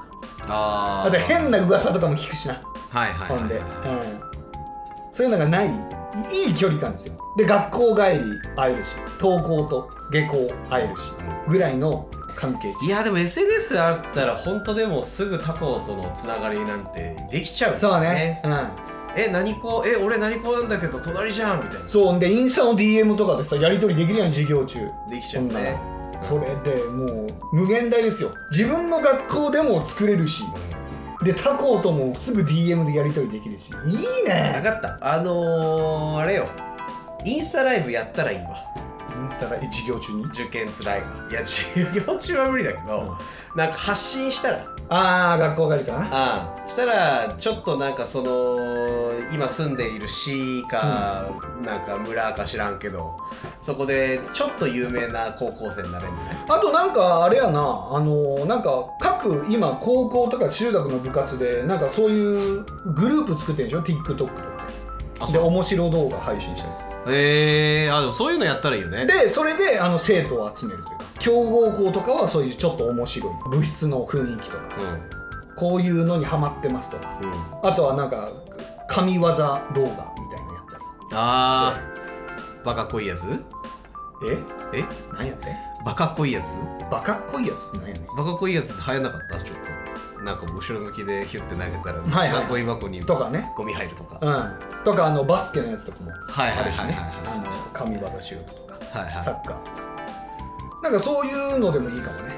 Speaker 3: あ
Speaker 4: あ
Speaker 3: あ
Speaker 4: と変な噂とかも聞くしな
Speaker 3: はいはいはい
Speaker 4: ほんで、う
Speaker 3: は
Speaker 4: ん、そういうのがないいい距離感ですよで学校帰り会えるし登校と下校会えるしぐらいの関係
Speaker 3: い、い
Speaker 4: 値
Speaker 3: やでも SNS あったら本当でもすぐ他校とのつながりなんてできちゃうよ
Speaker 4: そうねうん
Speaker 3: え何校え俺何校なんだけど隣じゃんみたいな
Speaker 4: そうほんでインスタの DM とかでさやり取りできるやん授業中
Speaker 3: できちゃうね
Speaker 4: そんなのそれでもう無限大ですよ自分の学校でも作れるしで他校ともすぐ DM でやり取りできるしいい
Speaker 3: 分
Speaker 4: ね
Speaker 3: かったあのー、あれよインスタライブやったらいいわ
Speaker 4: インスタが授業中に
Speaker 3: 受験つらいわいや授業中は無理だけど、なんか発信したら
Speaker 4: ああ学校帰りかな
Speaker 3: ああしたらちょっとなんかその今住んでいる市か、なんか村か知らんけどそこでちょっと有名な高校生になれるみたいな
Speaker 4: あとなんかあれやなあのなんか各今高校とか中学の部活でなんかそういうグループ作ってるんでしょ TikTok とかでで面白動画配信したり
Speaker 3: へえあでもそういうのやったらいいよね
Speaker 4: でそれであの生徒を集めるというか強豪校とかはそういうちょっと面白い部室の雰囲気とか
Speaker 3: う
Speaker 4: こういうのにハマってますとか
Speaker 3: ん、うん、
Speaker 4: あとはなんか神業動画みたいなのやったり
Speaker 3: あーバカっこいいやつ
Speaker 4: え
Speaker 3: え
Speaker 4: 何やって
Speaker 3: バカっこいいやつ
Speaker 4: バカっこいやつって何やねん
Speaker 3: バカっこいいやつって流行んなかったちょっなんか後ろ向きでヒュッて投げたら、
Speaker 4: はいはい
Speaker 3: ゴミ箱に
Speaker 4: とかね
Speaker 3: ゴミ入るとか、
Speaker 4: うん、とかあのバスケのやつとかも
Speaker 3: はいはい
Speaker 4: あるしね
Speaker 3: はいはいはい
Speaker 4: あの神業シュートとか、
Speaker 3: はいはい
Speaker 4: サッカーなんかそういうのでもいいかもね、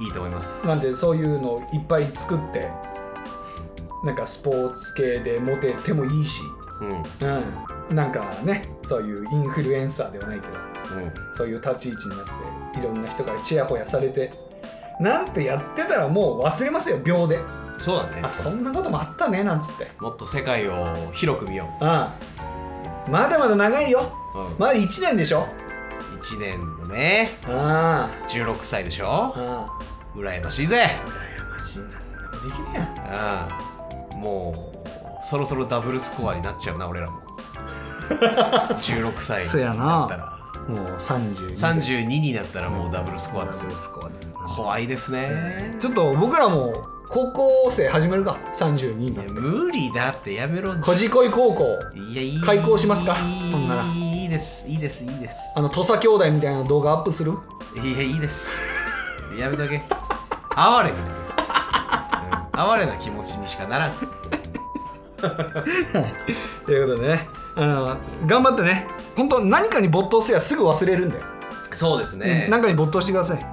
Speaker 3: いいと思いま
Speaker 4: う
Speaker 3: す
Speaker 4: ん、なんでそういうのいっぱい作ってなんかスポーツ系でモテてもいいし、
Speaker 3: うんうん
Speaker 4: うん、なんかねそういうインフルエンサーではないけどそういう立ち位置になっていろんな人からちやほやされてなんてやってたらもう忘れますよ秒で
Speaker 3: そうだね
Speaker 4: あそんなこともあったねなんつって
Speaker 3: もっと世界を広く見よ
Speaker 4: うんまだまだ長いよ
Speaker 3: う、うん、
Speaker 4: まだ1年でしょ
Speaker 3: 1年のね
Speaker 4: あ
Speaker 3: 16歳でし
Speaker 4: あ
Speaker 3: ょ
Speaker 4: あ
Speaker 3: 羨ましいぜ
Speaker 4: あ羨ましいななんかできねえや
Speaker 3: うんもうそろそろダブルスコアになっちゃうな
Speaker 4: [laughs]
Speaker 3: 俺らも16歳
Speaker 4: そや
Speaker 3: に
Speaker 4: な
Speaker 3: なったら
Speaker 4: もう32
Speaker 3: 32になったらもうダブルスコアですよ
Speaker 4: スコアで
Speaker 3: 怖いですね
Speaker 4: ちょっと僕らも高校生始めるか32に
Speaker 3: い
Speaker 4: なっ
Speaker 3: や
Speaker 4: て
Speaker 3: 無理だってやめろ
Speaker 4: こじこい高校
Speaker 3: いやいい
Speaker 4: 開校しますかほんなら
Speaker 3: いいですいいですいいです
Speaker 4: あの土佐兄弟みたいな動画アップする
Speaker 3: いやいいですやめとけ哀れになる、うん、哀れな気持ちにしかならん
Speaker 4: ということでね、うん、頑張ってね本当何かに没頭すればすぐ忘れるんだよ、
Speaker 3: そうです
Speaker 4: う
Speaker 3: ね
Speaker 4: ん、何かに没頭してください、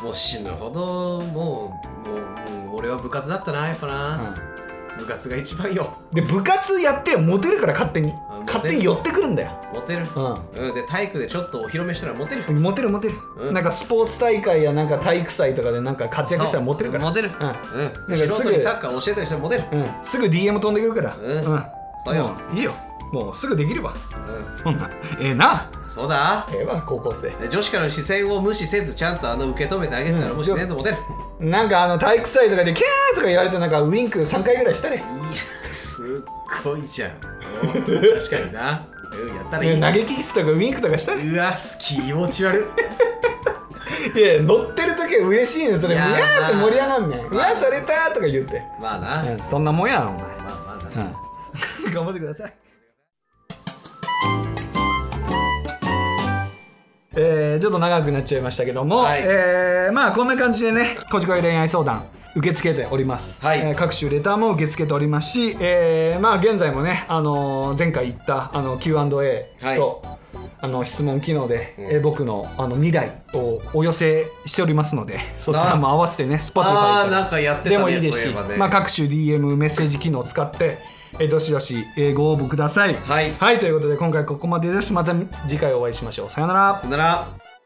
Speaker 4: う
Speaker 3: もう死ぬほどもうもうもう俺は部活だったなやっぱな、
Speaker 4: ん
Speaker 3: 部活が一番よ
Speaker 4: で部活やってりゃモテるから勝手に
Speaker 3: モテる
Speaker 4: 勝手に寄ってくるんだよ、
Speaker 3: モテる
Speaker 4: う
Speaker 3: うんで体育でちょっとお披露目したらモテる
Speaker 4: ん、モテるモテる、
Speaker 3: うん
Speaker 4: なんかスポーツ大会やなんか体育祭とかでなんか活躍したらモテるから
Speaker 3: モテる
Speaker 4: う
Speaker 3: うん、
Speaker 4: んな
Speaker 3: 素
Speaker 4: んかすぐ
Speaker 3: 人にサッカー教えたりしたらモテる
Speaker 4: うん、すぐ DM 飛んでくるから
Speaker 3: うんそうよ
Speaker 4: もういいよもうすぐできるわ
Speaker 3: う
Speaker 4: そんなええなん
Speaker 3: そうだ
Speaker 4: ええわ高校生
Speaker 3: で女子からの視線を無視せずちゃんとあの受け止めてあげたら
Speaker 4: うん
Speaker 3: もう自然とモテる、
Speaker 4: なんかあの体育祭とかでキャーとか言われてなんかウインク3回ぐらいしたね
Speaker 3: いやすっごい
Speaker 4: [laughs]
Speaker 3: じゃんお確かになうんやったらいい
Speaker 4: ね投げキッスとかウインクとかしたね
Speaker 3: うわ気持ち悪い
Speaker 4: いや乗ってる時は嬉しいねそれ
Speaker 3: いう
Speaker 4: わ
Speaker 3: やー
Speaker 4: ーって盛り上がんねん
Speaker 3: まあ
Speaker 4: うわーされたーとか言って、
Speaker 3: まあな、
Speaker 4: うん、そんなもんやろお前、
Speaker 3: まあまあな、
Speaker 4: うん、頑張ってくださいえーちょっと長くなっちゃいましたけども、
Speaker 3: はい
Speaker 4: えーまあこんな感じでねこじこい恋愛相談受け付けております、
Speaker 3: はい
Speaker 4: えー各種レターも受け付けておりますし、えーまあ現在もね、あのー前回言ったあの Q&A と、
Speaker 3: はい
Speaker 4: あの質問機能で、
Speaker 3: うん
Speaker 4: えー僕のあの未来をお寄せしておりますのでそちらも合わせてね Spotify
Speaker 3: あー
Speaker 4: から
Speaker 3: なんかやって
Speaker 4: で
Speaker 3: た
Speaker 4: もい
Speaker 3: ね
Speaker 4: いです
Speaker 3: そ
Speaker 4: し
Speaker 3: ういえばね、
Speaker 4: まあ、各種 DM メッセージ機能を使って、えーどしどし、えーご応募ください。
Speaker 3: はい
Speaker 4: ということで今回ここまでです。また次回お会いしましょう。さようなら。
Speaker 3: さよなら